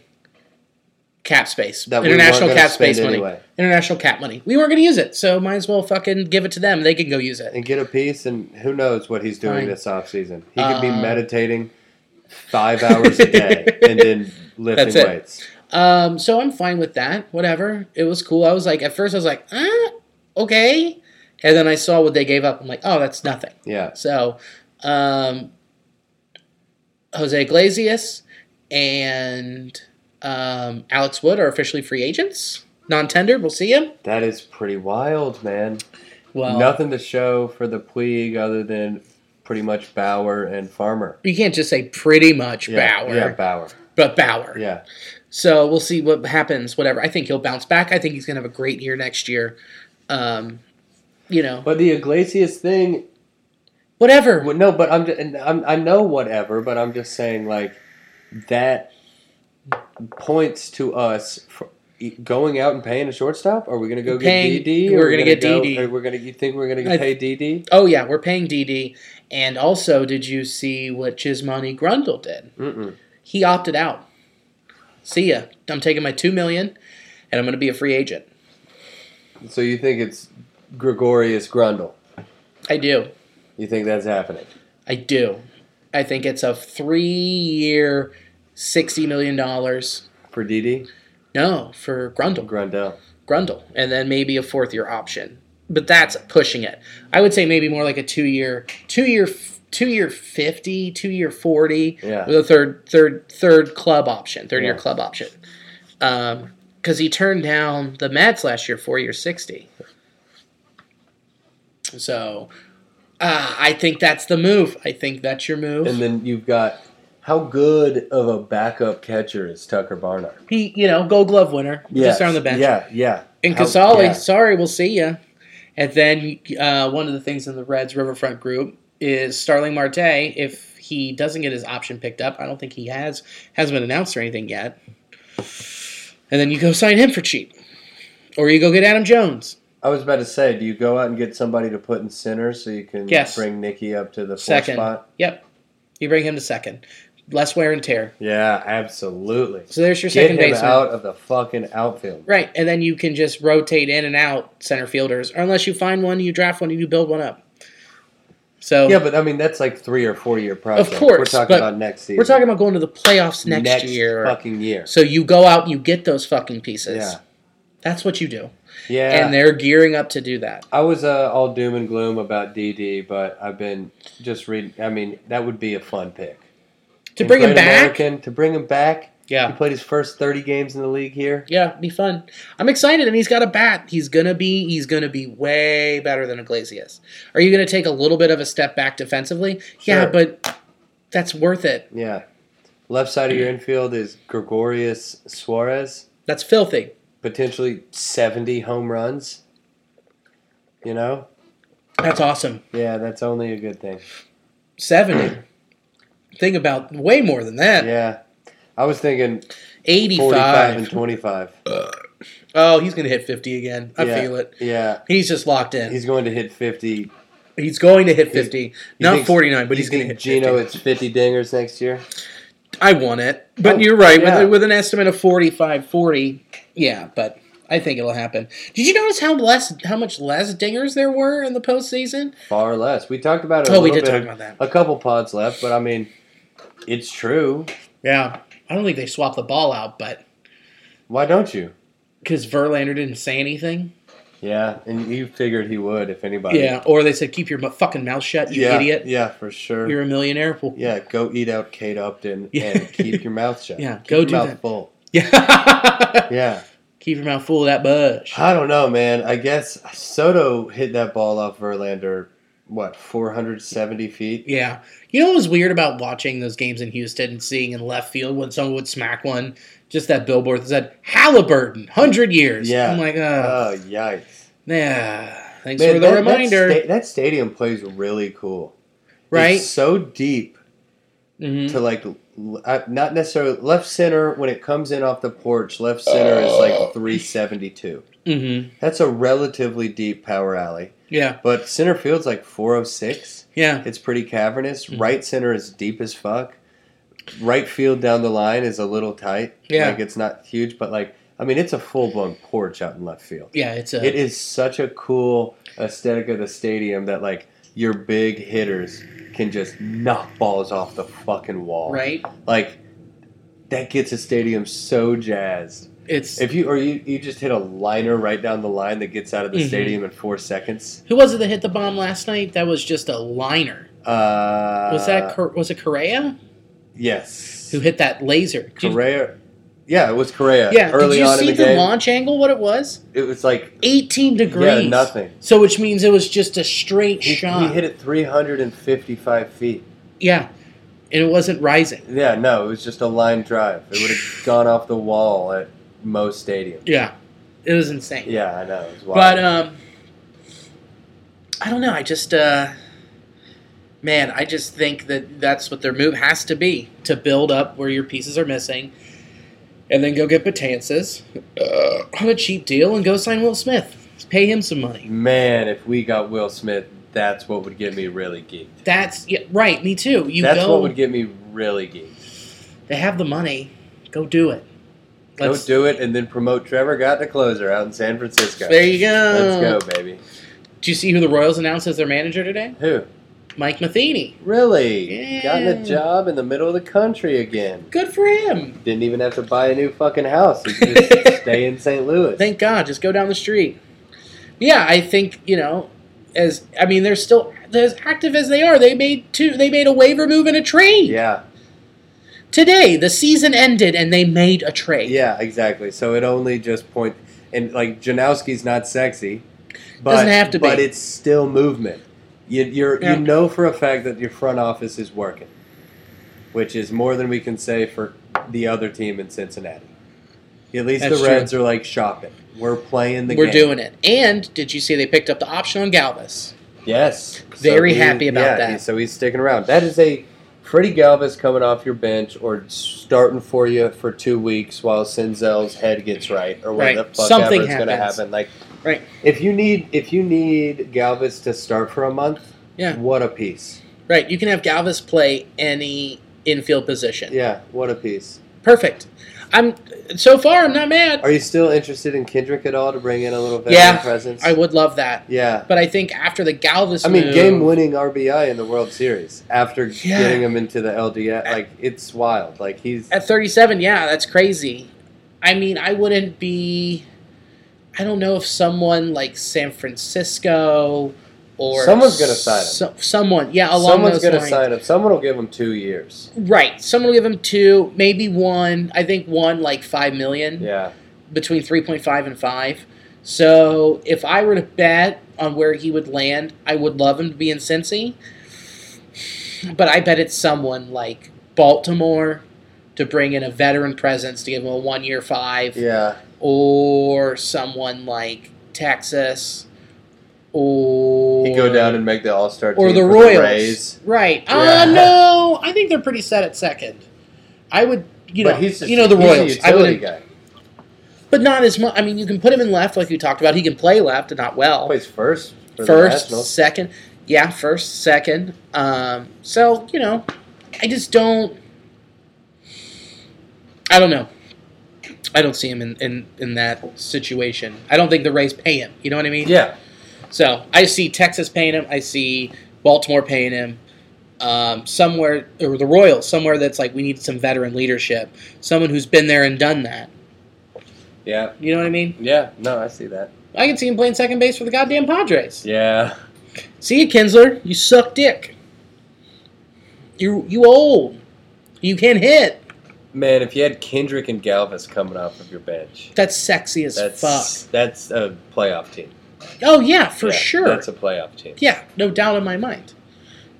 Speaker 1: cap space,
Speaker 2: That we
Speaker 1: international
Speaker 2: weren't gonna
Speaker 1: cap space
Speaker 2: spend
Speaker 1: money,
Speaker 2: anyway.
Speaker 1: international cap money. We weren't going to use it, so might as well fucking give it to them. They can go use it.
Speaker 2: and get a piece and who knows what he's doing
Speaker 1: Fine.
Speaker 2: this off season. He could
Speaker 1: Uh,
Speaker 2: be meditating five hours a day and then lifting
Speaker 1: That's it.
Speaker 2: weights.
Speaker 1: Um, so I'm fine with that. Whatever. It was cool. I was like, at first, I was like, ah, okay. And then I saw what they gave up. I'm like, oh, that's nothing.
Speaker 2: Yeah.
Speaker 1: So, um, Jose Iglesias and um, Alex Wood are officially free agents. Non tender. We'll see him.
Speaker 2: That is pretty wild, man.
Speaker 1: Well,
Speaker 2: Nothing to show for the Puig other than pretty much Bauer and Farmer.
Speaker 1: you can't just say pretty much
Speaker 2: Yeah,
Speaker 1: Bauer,
Speaker 2: Yeah, Bauer.
Speaker 1: but Bauer.
Speaker 2: Yeah.
Speaker 1: So we'll see what happens. Whatever. I think he'll bounce back. I think he's going to have a great year next year. Um, you know,
Speaker 2: But the Iglesias thing,
Speaker 1: whatever.
Speaker 2: well, no, but I'm, just, and I'm I know whatever, but I'm just saying like that points to us for going out and paying a shortstop. Are we going to go
Speaker 1: Paying-
Speaker 2: get DD?
Speaker 1: we're
Speaker 2: Are we
Speaker 1: gonna
Speaker 2: gonna
Speaker 1: get
Speaker 2: go-
Speaker 1: DD.
Speaker 2: Are we going to? You think we're going
Speaker 1: I-
Speaker 2: to pay DD?
Speaker 1: Oh yeah, we're paying DD. And also, did you see what Chismani Grundle did?
Speaker 2: Mm-mm.
Speaker 1: He opted out. See ya. I'm taking my two million, and I'm going to be a free agent.
Speaker 2: So you think it's Gregorius Grundle?
Speaker 1: I do.
Speaker 2: You think that's happening?
Speaker 1: I do. I think it's a three-year, sixty million dollars.
Speaker 2: For DD?
Speaker 1: No, for Grundle.
Speaker 2: Grundle.
Speaker 1: Grundle, and then maybe a fourth year option. But that's pushing it. I would say maybe more like a two year, two year, two year fifty, two year forty,
Speaker 2: Yeah.
Speaker 1: with a third, third, third club option, third year
Speaker 2: Yeah.
Speaker 1: club option. Um, because he turned down the Mets last year, four year sixty. So, uh, I think that's the move. I think that's your move.
Speaker 2: And then you've got how good of a backup catcher is Tucker Barnard?
Speaker 1: he, you know, Gold Glove winner, just on the bench.
Speaker 2: Yeah, yeah.
Speaker 1: And
Speaker 2: How-
Speaker 1: Casale,
Speaker 2: yeah.
Speaker 1: sorry, we'll see ya. And then uh, one of the things in the Reds Riverfront group is Starling Marte. If he doesn't get his option picked up, I don't think he has hasn't been announced or anything yet. And then you go sign him for cheap, or you go get Adam Jones.
Speaker 2: I was about to say, do you go out and get somebody to put in center so you can
Speaker 1: Yes.
Speaker 2: bring Nikki up to the fourth
Speaker 1: Second,
Speaker 2: spot?
Speaker 1: yep, you bring him to second. less wear and tear.
Speaker 2: Yeah, absolutely.
Speaker 1: So there's your
Speaker 2: Get
Speaker 1: second
Speaker 2: him
Speaker 1: baseman.
Speaker 2: out of the fucking outfield.
Speaker 1: Right, and then you can just rotate in and out center fielders, or unless you find one, you draft one, and you build one up. So
Speaker 2: Yeah, but I mean that's like three or four year project. we're
Speaker 1: course,
Speaker 2: talking
Speaker 1: but
Speaker 2: about next season.
Speaker 1: we're talking about going to the playoffs next, year.
Speaker 2: fucking year.
Speaker 1: So you go out, and you get those fucking pieces.
Speaker 2: Yeah,
Speaker 1: That's what you do,
Speaker 2: yeah.
Speaker 1: and they're gearing up to do that.
Speaker 2: I was uh, all doom and gloom about DD, but I've been just reading. I mean, that would be a fun pick
Speaker 1: To
Speaker 2: And
Speaker 1: bring him
Speaker 2: Great
Speaker 1: back,
Speaker 2: American, to bring him back.
Speaker 1: Yeah.
Speaker 2: he played his first thirty games in the league here.
Speaker 1: yeah, be fun. I'm excited, and he's got a bat. He's gonna be he's gonna be way better than Iglesias. Are you gonna take a little bit of a step back defensively? Yeah,
Speaker 2: Sure.
Speaker 1: but that's worth it.
Speaker 2: Yeah, left side of your infield is Gregorius Suarez,
Speaker 1: That's filthy.
Speaker 2: potentially seventy home runs. You know,
Speaker 1: That's awesome.
Speaker 2: yeah, that's only a good thing.
Speaker 1: 70. Think about way more than that.
Speaker 2: Yeah, I was thinking
Speaker 1: 85.
Speaker 2: forty-five and twenty-five.
Speaker 1: Oh, he's going to hit 50 again. I
Speaker 2: yeah.
Speaker 1: feel it.
Speaker 2: Yeah,
Speaker 1: He's just locked in. He's,
Speaker 2: he's going to hit fifty.
Speaker 1: going to hit 50. Not
Speaker 2: thinks-
Speaker 1: 49, but
Speaker 2: you
Speaker 1: he's going to
Speaker 2: think
Speaker 1: hit
Speaker 2: Gino.
Speaker 1: 50.
Speaker 2: It's fifty dingers next year.
Speaker 1: I want it. But
Speaker 2: Oh,
Speaker 1: you're right.
Speaker 2: yeah.
Speaker 1: With, with an estimate of 45, 40, yeah, but I think it'll happen. Did you notice how less, how much less dingers there were in the postseason?
Speaker 2: Far less. We talked about it. A
Speaker 1: Oh, we
Speaker 2: little
Speaker 1: did
Speaker 2: bit,
Speaker 1: talk about that.
Speaker 2: A couple pods left, but I mean, it's true.
Speaker 1: Yeah. I don't think they swapped the ball out, but
Speaker 2: Why don't you?
Speaker 1: because Verlander didn't say anything.
Speaker 2: Yeah, and you figured he would, if anybody.
Speaker 1: Yeah. Or they said, keep your mu- fucking mouth shut, you
Speaker 2: yeah,
Speaker 1: idiot.
Speaker 2: Yeah, for sure.
Speaker 1: You're a millionaire. Well,
Speaker 2: yeah, go eat out Kate Upton
Speaker 1: Yeah.
Speaker 2: and keep your mouth shut.
Speaker 1: Yeah,
Speaker 2: Keep
Speaker 1: go
Speaker 2: your
Speaker 1: do
Speaker 2: mouth
Speaker 1: that.
Speaker 2: full.
Speaker 1: Yeah.
Speaker 2: Yeah,
Speaker 1: Keep your mouth full of that bush.
Speaker 2: I don't know, man. I guess Soto hit that ball off Verlander. What, four hundred seventy feet?
Speaker 1: Yeah. You know what was weird about watching those games in Houston and seeing in left field when someone would smack one? Just that billboard that said, Halliburton, 100 years.
Speaker 2: Yeah.
Speaker 1: I'm like, uh,
Speaker 2: Oh, yikes!
Speaker 1: yeah. Thanks for
Speaker 2: Man,
Speaker 1: the
Speaker 2: that- that
Speaker 1: reminder.
Speaker 2: sta- that stadium plays really cool.
Speaker 1: right?
Speaker 2: It's so deep
Speaker 1: Mhm.
Speaker 2: to like l- uh, not necessarily left center when it comes in off the porch. Left center is like 372.
Speaker 1: Mm-hmm.
Speaker 2: That's a relatively deep power alley.
Speaker 1: Yeah.
Speaker 2: But center field's like 406.
Speaker 1: Yeah.
Speaker 2: It's pretty cavernous.
Speaker 1: Mm-hmm.
Speaker 2: Right center is deep as fuck. Right field down the line is a little tight.
Speaker 1: Yeah.
Speaker 2: Like it's not huge, but like I mean it's a full blown porch out in left field.
Speaker 1: Yeah, it's a.
Speaker 2: It is such a cool aesthetic of the stadium that like your big hitters can just knock balls off the fucking wall.
Speaker 1: right?
Speaker 2: Like that gets a stadium so jazzed.
Speaker 1: It's.
Speaker 2: If you or you, you just hit a liner right down the line that gets out of the
Speaker 1: Mhm.
Speaker 2: stadium in four seconds.
Speaker 1: who was it that hit the bomb last night? That was just a liner.
Speaker 2: Uh,
Speaker 1: Was that Cor- was it Correa
Speaker 2: yes?
Speaker 1: who hit that laser? Did you-
Speaker 2: Correa? Yeah, it was Correa.
Speaker 1: yeah.
Speaker 2: early
Speaker 1: did you
Speaker 2: on
Speaker 1: see
Speaker 2: in the, game,
Speaker 1: launch angle? What it was?
Speaker 2: it was like
Speaker 1: 18 degrees.
Speaker 2: Yeah, nothing.
Speaker 1: So which means it was just a straight
Speaker 2: he,
Speaker 1: shot.
Speaker 2: he hit it 355 feet.
Speaker 1: Yeah. And it wasn't rising.
Speaker 2: Yeah, no, it was just a line drive. It would have gone off the wall at most stadium.
Speaker 1: Yeah. It was insane.
Speaker 2: Yeah, I know. It was wild.
Speaker 1: But um I don't know, I just uh man, I just think that that's what their move has to be to build up where your pieces are missing and then go get Batances on a cheap deal and go sign Will Smith. Pay him some money.
Speaker 2: man, if we got Will Smith, that's what would get me really geeked.
Speaker 1: That's yeah, right, me too. You
Speaker 2: that's
Speaker 1: go
Speaker 2: what would get me really geeked.
Speaker 1: they have the money. Go do it.
Speaker 2: Go
Speaker 1: Let's-
Speaker 2: do it and then promote Trevor Got the closer out in San Francisco.
Speaker 1: There you go.
Speaker 2: Let's go, baby.
Speaker 1: Do you see who the Royals announced as their manager today?
Speaker 2: Who?
Speaker 1: Mike Matheny.
Speaker 2: Really?
Speaker 1: Yeah.
Speaker 2: Gotten a job in the middle of the country again.
Speaker 1: Good for him.
Speaker 2: Didn't even have to buy a new fucking house. You could just stay in St. Louis.
Speaker 1: Thank God. Just go down the street. Yeah, I think you know. As I mean, they're still they're as active as they are. They made two. They made a waiver move and a trade
Speaker 2: yeah.
Speaker 1: today. The season ended and they made a trade.
Speaker 2: Yeah, exactly. So it only just point and like Janowski's not sexy, but
Speaker 1: Doesn't have to be.
Speaker 2: but it's still movement. You you're,
Speaker 1: Yeah.
Speaker 2: you know for a fact that your front office is working, which is more than we can say for the other team in Cincinnati. At least
Speaker 1: That's
Speaker 2: the
Speaker 1: true.
Speaker 2: Reds are like shopping. We're playing the
Speaker 1: We're
Speaker 2: game.
Speaker 1: doing it. And did you see they picked up the option on Galvis?
Speaker 2: Yes.
Speaker 1: Very happy about
Speaker 2: yeah,
Speaker 1: that.
Speaker 2: he- so he's sticking around. That is a Freddie Galvis coming off your bench or starting for you for two weeks while Sinzel's head gets right or whatever
Speaker 1: Right.
Speaker 2: the fuck
Speaker 1: Something
Speaker 2: ever is going to
Speaker 1: happens.
Speaker 2: happen. Like
Speaker 1: Right.
Speaker 2: if you need if you need Galvis to start for a month,
Speaker 1: Yeah.
Speaker 2: what a piece.
Speaker 1: Right. You can have Galvis play any infield position.
Speaker 2: Yeah, what a piece.
Speaker 1: Perfect. I'm so far. I'm not mad.
Speaker 2: Are you still interested in Kendrick at all to bring in a little veteran
Speaker 1: yeah,
Speaker 2: presence?
Speaker 1: I would love that.
Speaker 2: yeah.
Speaker 1: But I think after the Galvis,
Speaker 2: I mean,
Speaker 1: move-
Speaker 2: game-winning RBI in the World Series after
Speaker 1: Yeah.
Speaker 2: getting him into the LDS. Like it's wild. Like he's
Speaker 1: at 37 yeah that's crazy i mean i wouldn't be i don't know if someone like san francisco or
Speaker 2: Someone's gonna sign him.
Speaker 1: so- someone yeah along
Speaker 2: someone's
Speaker 1: those
Speaker 2: going to
Speaker 1: lines.
Speaker 2: sign him. Someone will give him two years.
Speaker 1: right someone will give him two maybe one i think one like five million
Speaker 2: Yeah,
Speaker 1: between 3.5 and 5 so if i were to bet on where he would land i would love him to be in cincy but i bet it's someone like baltimore to bring in a veteran presence to give him a one year five
Speaker 2: yeah.
Speaker 1: or someone like Texas, or
Speaker 2: He go down and make the All Star
Speaker 1: or the Royals, right? Ah,
Speaker 2: Yeah.
Speaker 1: no, I think they're pretty set at second. I would, you know,
Speaker 2: but he's just,
Speaker 1: you know the
Speaker 2: he's a
Speaker 1: Royals. I
Speaker 2: utility
Speaker 1: would,
Speaker 2: guy.
Speaker 1: but not as much. I mean, you can put him in left, like you talked about. He can play left, and not well.
Speaker 2: Plays first. For The
Speaker 1: first,
Speaker 2: Nationals.
Speaker 1: second, yeah, first, second. Um, so you know, I just don't. I don't know. I don't see him in, in, in that situation. I don't think the Rays pay him. You know what I mean?
Speaker 2: Yeah,
Speaker 1: So I see Texas paying him. I see Baltimore paying him. Um, somewhere or the Royals, somewhere that's like we need some veteran leadership, someone who's been there and done that.
Speaker 2: yeah,
Speaker 1: You know what I mean?
Speaker 2: yeah. No, I see that.
Speaker 1: I can see him playing second base for the goddamn Padres.
Speaker 2: Yeah,
Speaker 1: See you, Kinsler. You suck dick. You you old. You can't hit.
Speaker 2: man. If you had Kendrick and Galvis coming off of your bench,
Speaker 1: That's sexy as
Speaker 2: that's
Speaker 1: fuck.
Speaker 2: that's a playoff team
Speaker 1: Oh yeah, for
Speaker 2: Yeah,
Speaker 1: sure.
Speaker 2: That's a playoff team.
Speaker 1: yeah, no doubt in my mind.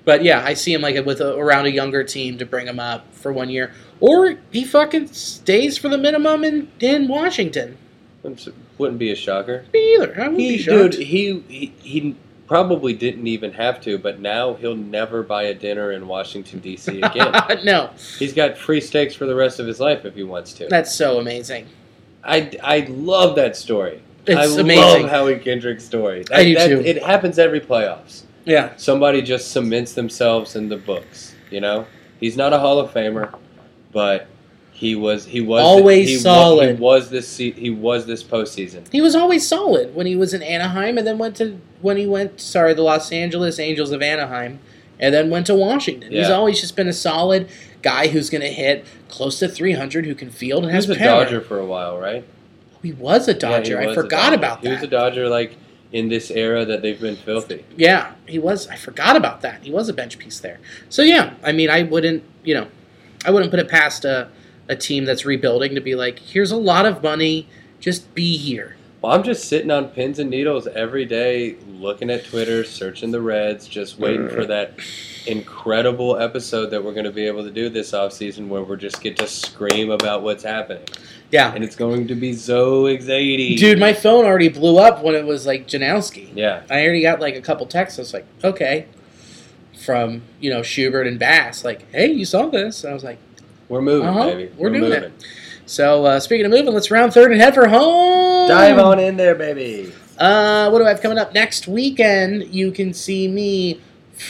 Speaker 1: But yeah, I see him like with a, around a younger team to bring him up for one year, or he fucking stays for the minimum in in Washington.
Speaker 2: Wouldn't su- Wouldn't be a shocker.
Speaker 1: Me either. I would
Speaker 2: He,
Speaker 1: be shocked.
Speaker 2: dude, he, he he probably didn't even have to, but now he'll never buy a dinner in Washington D.C. again.
Speaker 1: no,
Speaker 2: He's got free steaks for the rest of his life if he wants to.
Speaker 1: that's so amazing.
Speaker 2: I, I love that story.
Speaker 1: It's
Speaker 2: I
Speaker 1: amazing.
Speaker 2: love Howie Kendrick's story.
Speaker 1: I do too.
Speaker 2: It happens every playoffs.
Speaker 1: Yeah,
Speaker 2: Somebody just cements themselves in the books. You know, he's not a Hall of Famer, but he was he was
Speaker 1: Always
Speaker 2: he wa-
Speaker 1: solid.
Speaker 2: he was this se- he was this postseason.
Speaker 1: he was always solid when he was in Anaheim, and then went to when he went. Sorry, the Los Angeles Angels of Anaheim, and then went to Washington. He's
Speaker 2: Yeah.
Speaker 1: always just been a solid guy who's going to hit close to 300, who can field and
Speaker 2: He was
Speaker 1: has
Speaker 2: a
Speaker 1: power. Oh,
Speaker 2: Dodger for a while, right?
Speaker 1: He was a
Speaker 2: Yeah, he
Speaker 1: Dodger. I
Speaker 2: was a
Speaker 1: forgot
Speaker 2: Dodger.
Speaker 1: about that.
Speaker 2: He was a Dodger like in this era that they've been filthy.
Speaker 1: Yeah, he was. I forgot about that. He was a bench piece there. So yeah, I mean, I wouldn't, you know, I wouldn't put it past a, a team that's rebuilding to be like, here's a lot of money, just be here.
Speaker 2: Well, I'm just sitting on pins and needles every day, looking at Twitter, searching the Reds, just waiting
Speaker 1: Mm.
Speaker 2: for that incredible episode that we're going to be able to do this offseason where we just get to scream about what's happening.
Speaker 1: Yeah,
Speaker 2: And it's going to be so exciting.
Speaker 1: dude, my phone already blew up when it was like Janowski.
Speaker 2: Yeah.
Speaker 1: I already got like a couple texts. I was like, okay, from you know Schubert and Bass, like, hey, you saw this? And I was like,
Speaker 2: We're moving,
Speaker 1: Uh-huh.
Speaker 2: baby.
Speaker 1: We're doing
Speaker 2: moving.
Speaker 1: so uh, speaking of moving, let's round third and head for home.
Speaker 2: Dive on in there, baby.
Speaker 1: Uh, what do I have coming up next weekend? You can see me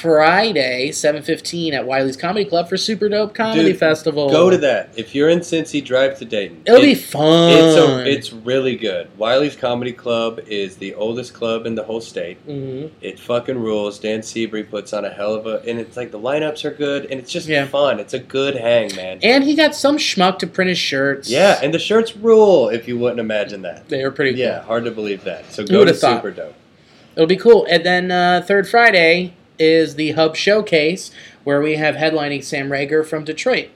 Speaker 1: Friday, seven fifteen at Wiley's Comedy Club for Super Dope Comedy
Speaker 2: Dude,
Speaker 1: Festival.
Speaker 2: Go to that. If you're in Cincy, drive to Dayton.
Speaker 1: Oh. It'll be
Speaker 2: It-
Speaker 1: fun.
Speaker 2: It's a, it's really good. Wiley's Comedy Club is the oldest club in the whole state.
Speaker 1: Mhm.
Speaker 2: It fucking rules. Dan Seabury puts on a hell of a, and it's like the lineups are good, and it's just
Speaker 1: Yeah.
Speaker 2: fun. It's a good hang, man.
Speaker 1: and he got some schmuck to print his shirts.
Speaker 2: yeah, and the shirts rule. If you wouldn't imagine that,
Speaker 1: they were pretty.
Speaker 2: yeah, hard to believe that. So
Speaker 1: Who
Speaker 2: go
Speaker 1: would've
Speaker 2: to
Speaker 1: thought?
Speaker 2: Super Dope.
Speaker 1: It'll be cool. And then uh, third Friday is the Hub Showcase where we have headlining Sam Rager from Detroit.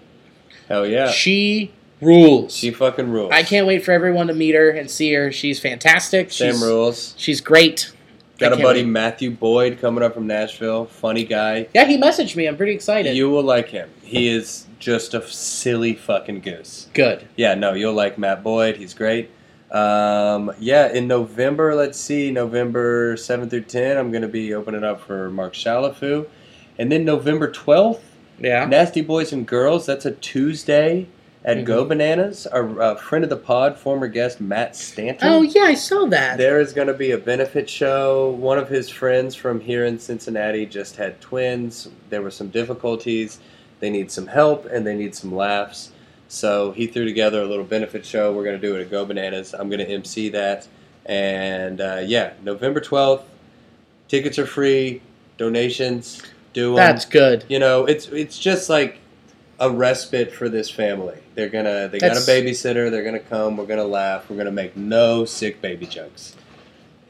Speaker 2: Hell yeah,
Speaker 1: She rules.
Speaker 2: she fucking rules.
Speaker 1: I can't wait for everyone to meet her and see her. She's fantastic.
Speaker 2: Sam
Speaker 1: she's,
Speaker 2: rules.
Speaker 1: She's great.
Speaker 2: Got
Speaker 1: I
Speaker 2: a
Speaker 1: can't
Speaker 2: buddy
Speaker 1: wait.
Speaker 2: Matthew Boyd coming up from Nashville. Funny guy.
Speaker 1: Yeah, he messaged me. I'm pretty excited.
Speaker 2: You will like him. He is just a silly fucking goose.
Speaker 1: Good.
Speaker 2: Yeah, no, you'll like Matt Boyd. He's great. Um, yeah, in November, let's see, November 7th through 10, I'm going to be opening up for Mark Shalafu. And then November 12th,
Speaker 1: Yeah.
Speaker 2: Nasty Boys and Girls, that's a Tuesday at Go Bananas. Our uh, friend of the pod, former guest Matt Stanton.
Speaker 1: Oh yeah, I saw that.
Speaker 2: There is going to be a benefit show. One of his friends from here in Cincinnati just had twins. There were some difficulties. They need some help and they need some laughs. So he threw together a little benefit show. We're going to do it at Go Bananas. I'm going to MC that. And uh, yeah, November 12th. Tickets are free. Donations, do 'em.
Speaker 1: That's good.
Speaker 2: You know, it's it's just like a respite for this family. They're gonna they got a
Speaker 1: That's-
Speaker 2: babysitter. They're gonna come. We're gonna laugh. We're gonna make no sick baby jokes.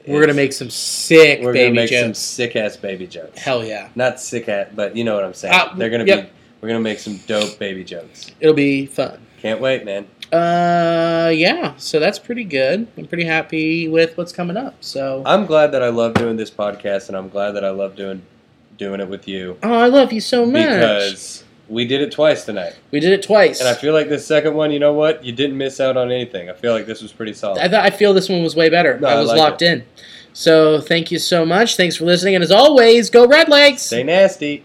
Speaker 1: We're gonna
Speaker 2: It's-
Speaker 1: make some sick
Speaker 2: we're
Speaker 1: baby
Speaker 2: gonna make some
Speaker 1: jokes.
Speaker 2: sick ass baby jokes.
Speaker 1: Hell yeah!
Speaker 2: not sick at, but you know what I'm saying.
Speaker 1: Ah,
Speaker 2: they're gonna
Speaker 1: yep.
Speaker 2: be we're gonna make some dope baby jokes.
Speaker 1: It'll be fun.
Speaker 2: Can't wait, man.
Speaker 1: Uh, yeah. So that's pretty good. I'm pretty happy with what's coming up. So,
Speaker 2: I'm glad that I love doing this podcast, and I'm glad that I love doing doing it with you
Speaker 1: oh, I love you so much.
Speaker 2: because we did it twice tonight.
Speaker 1: we did it twice.
Speaker 2: And I feel like this second one, you know what? You didn't miss out on anything. I feel like this was pretty solid.
Speaker 1: I thought I feel this one was way better.
Speaker 2: No,
Speaker 1: I
Speaker 2: I
Speaker 1: was
Speaker 2: like
Speaker 1: locked in. So thank you so much. Thanks for listening. And as always, go Red Legs.
Speaker 2: Stay nasty.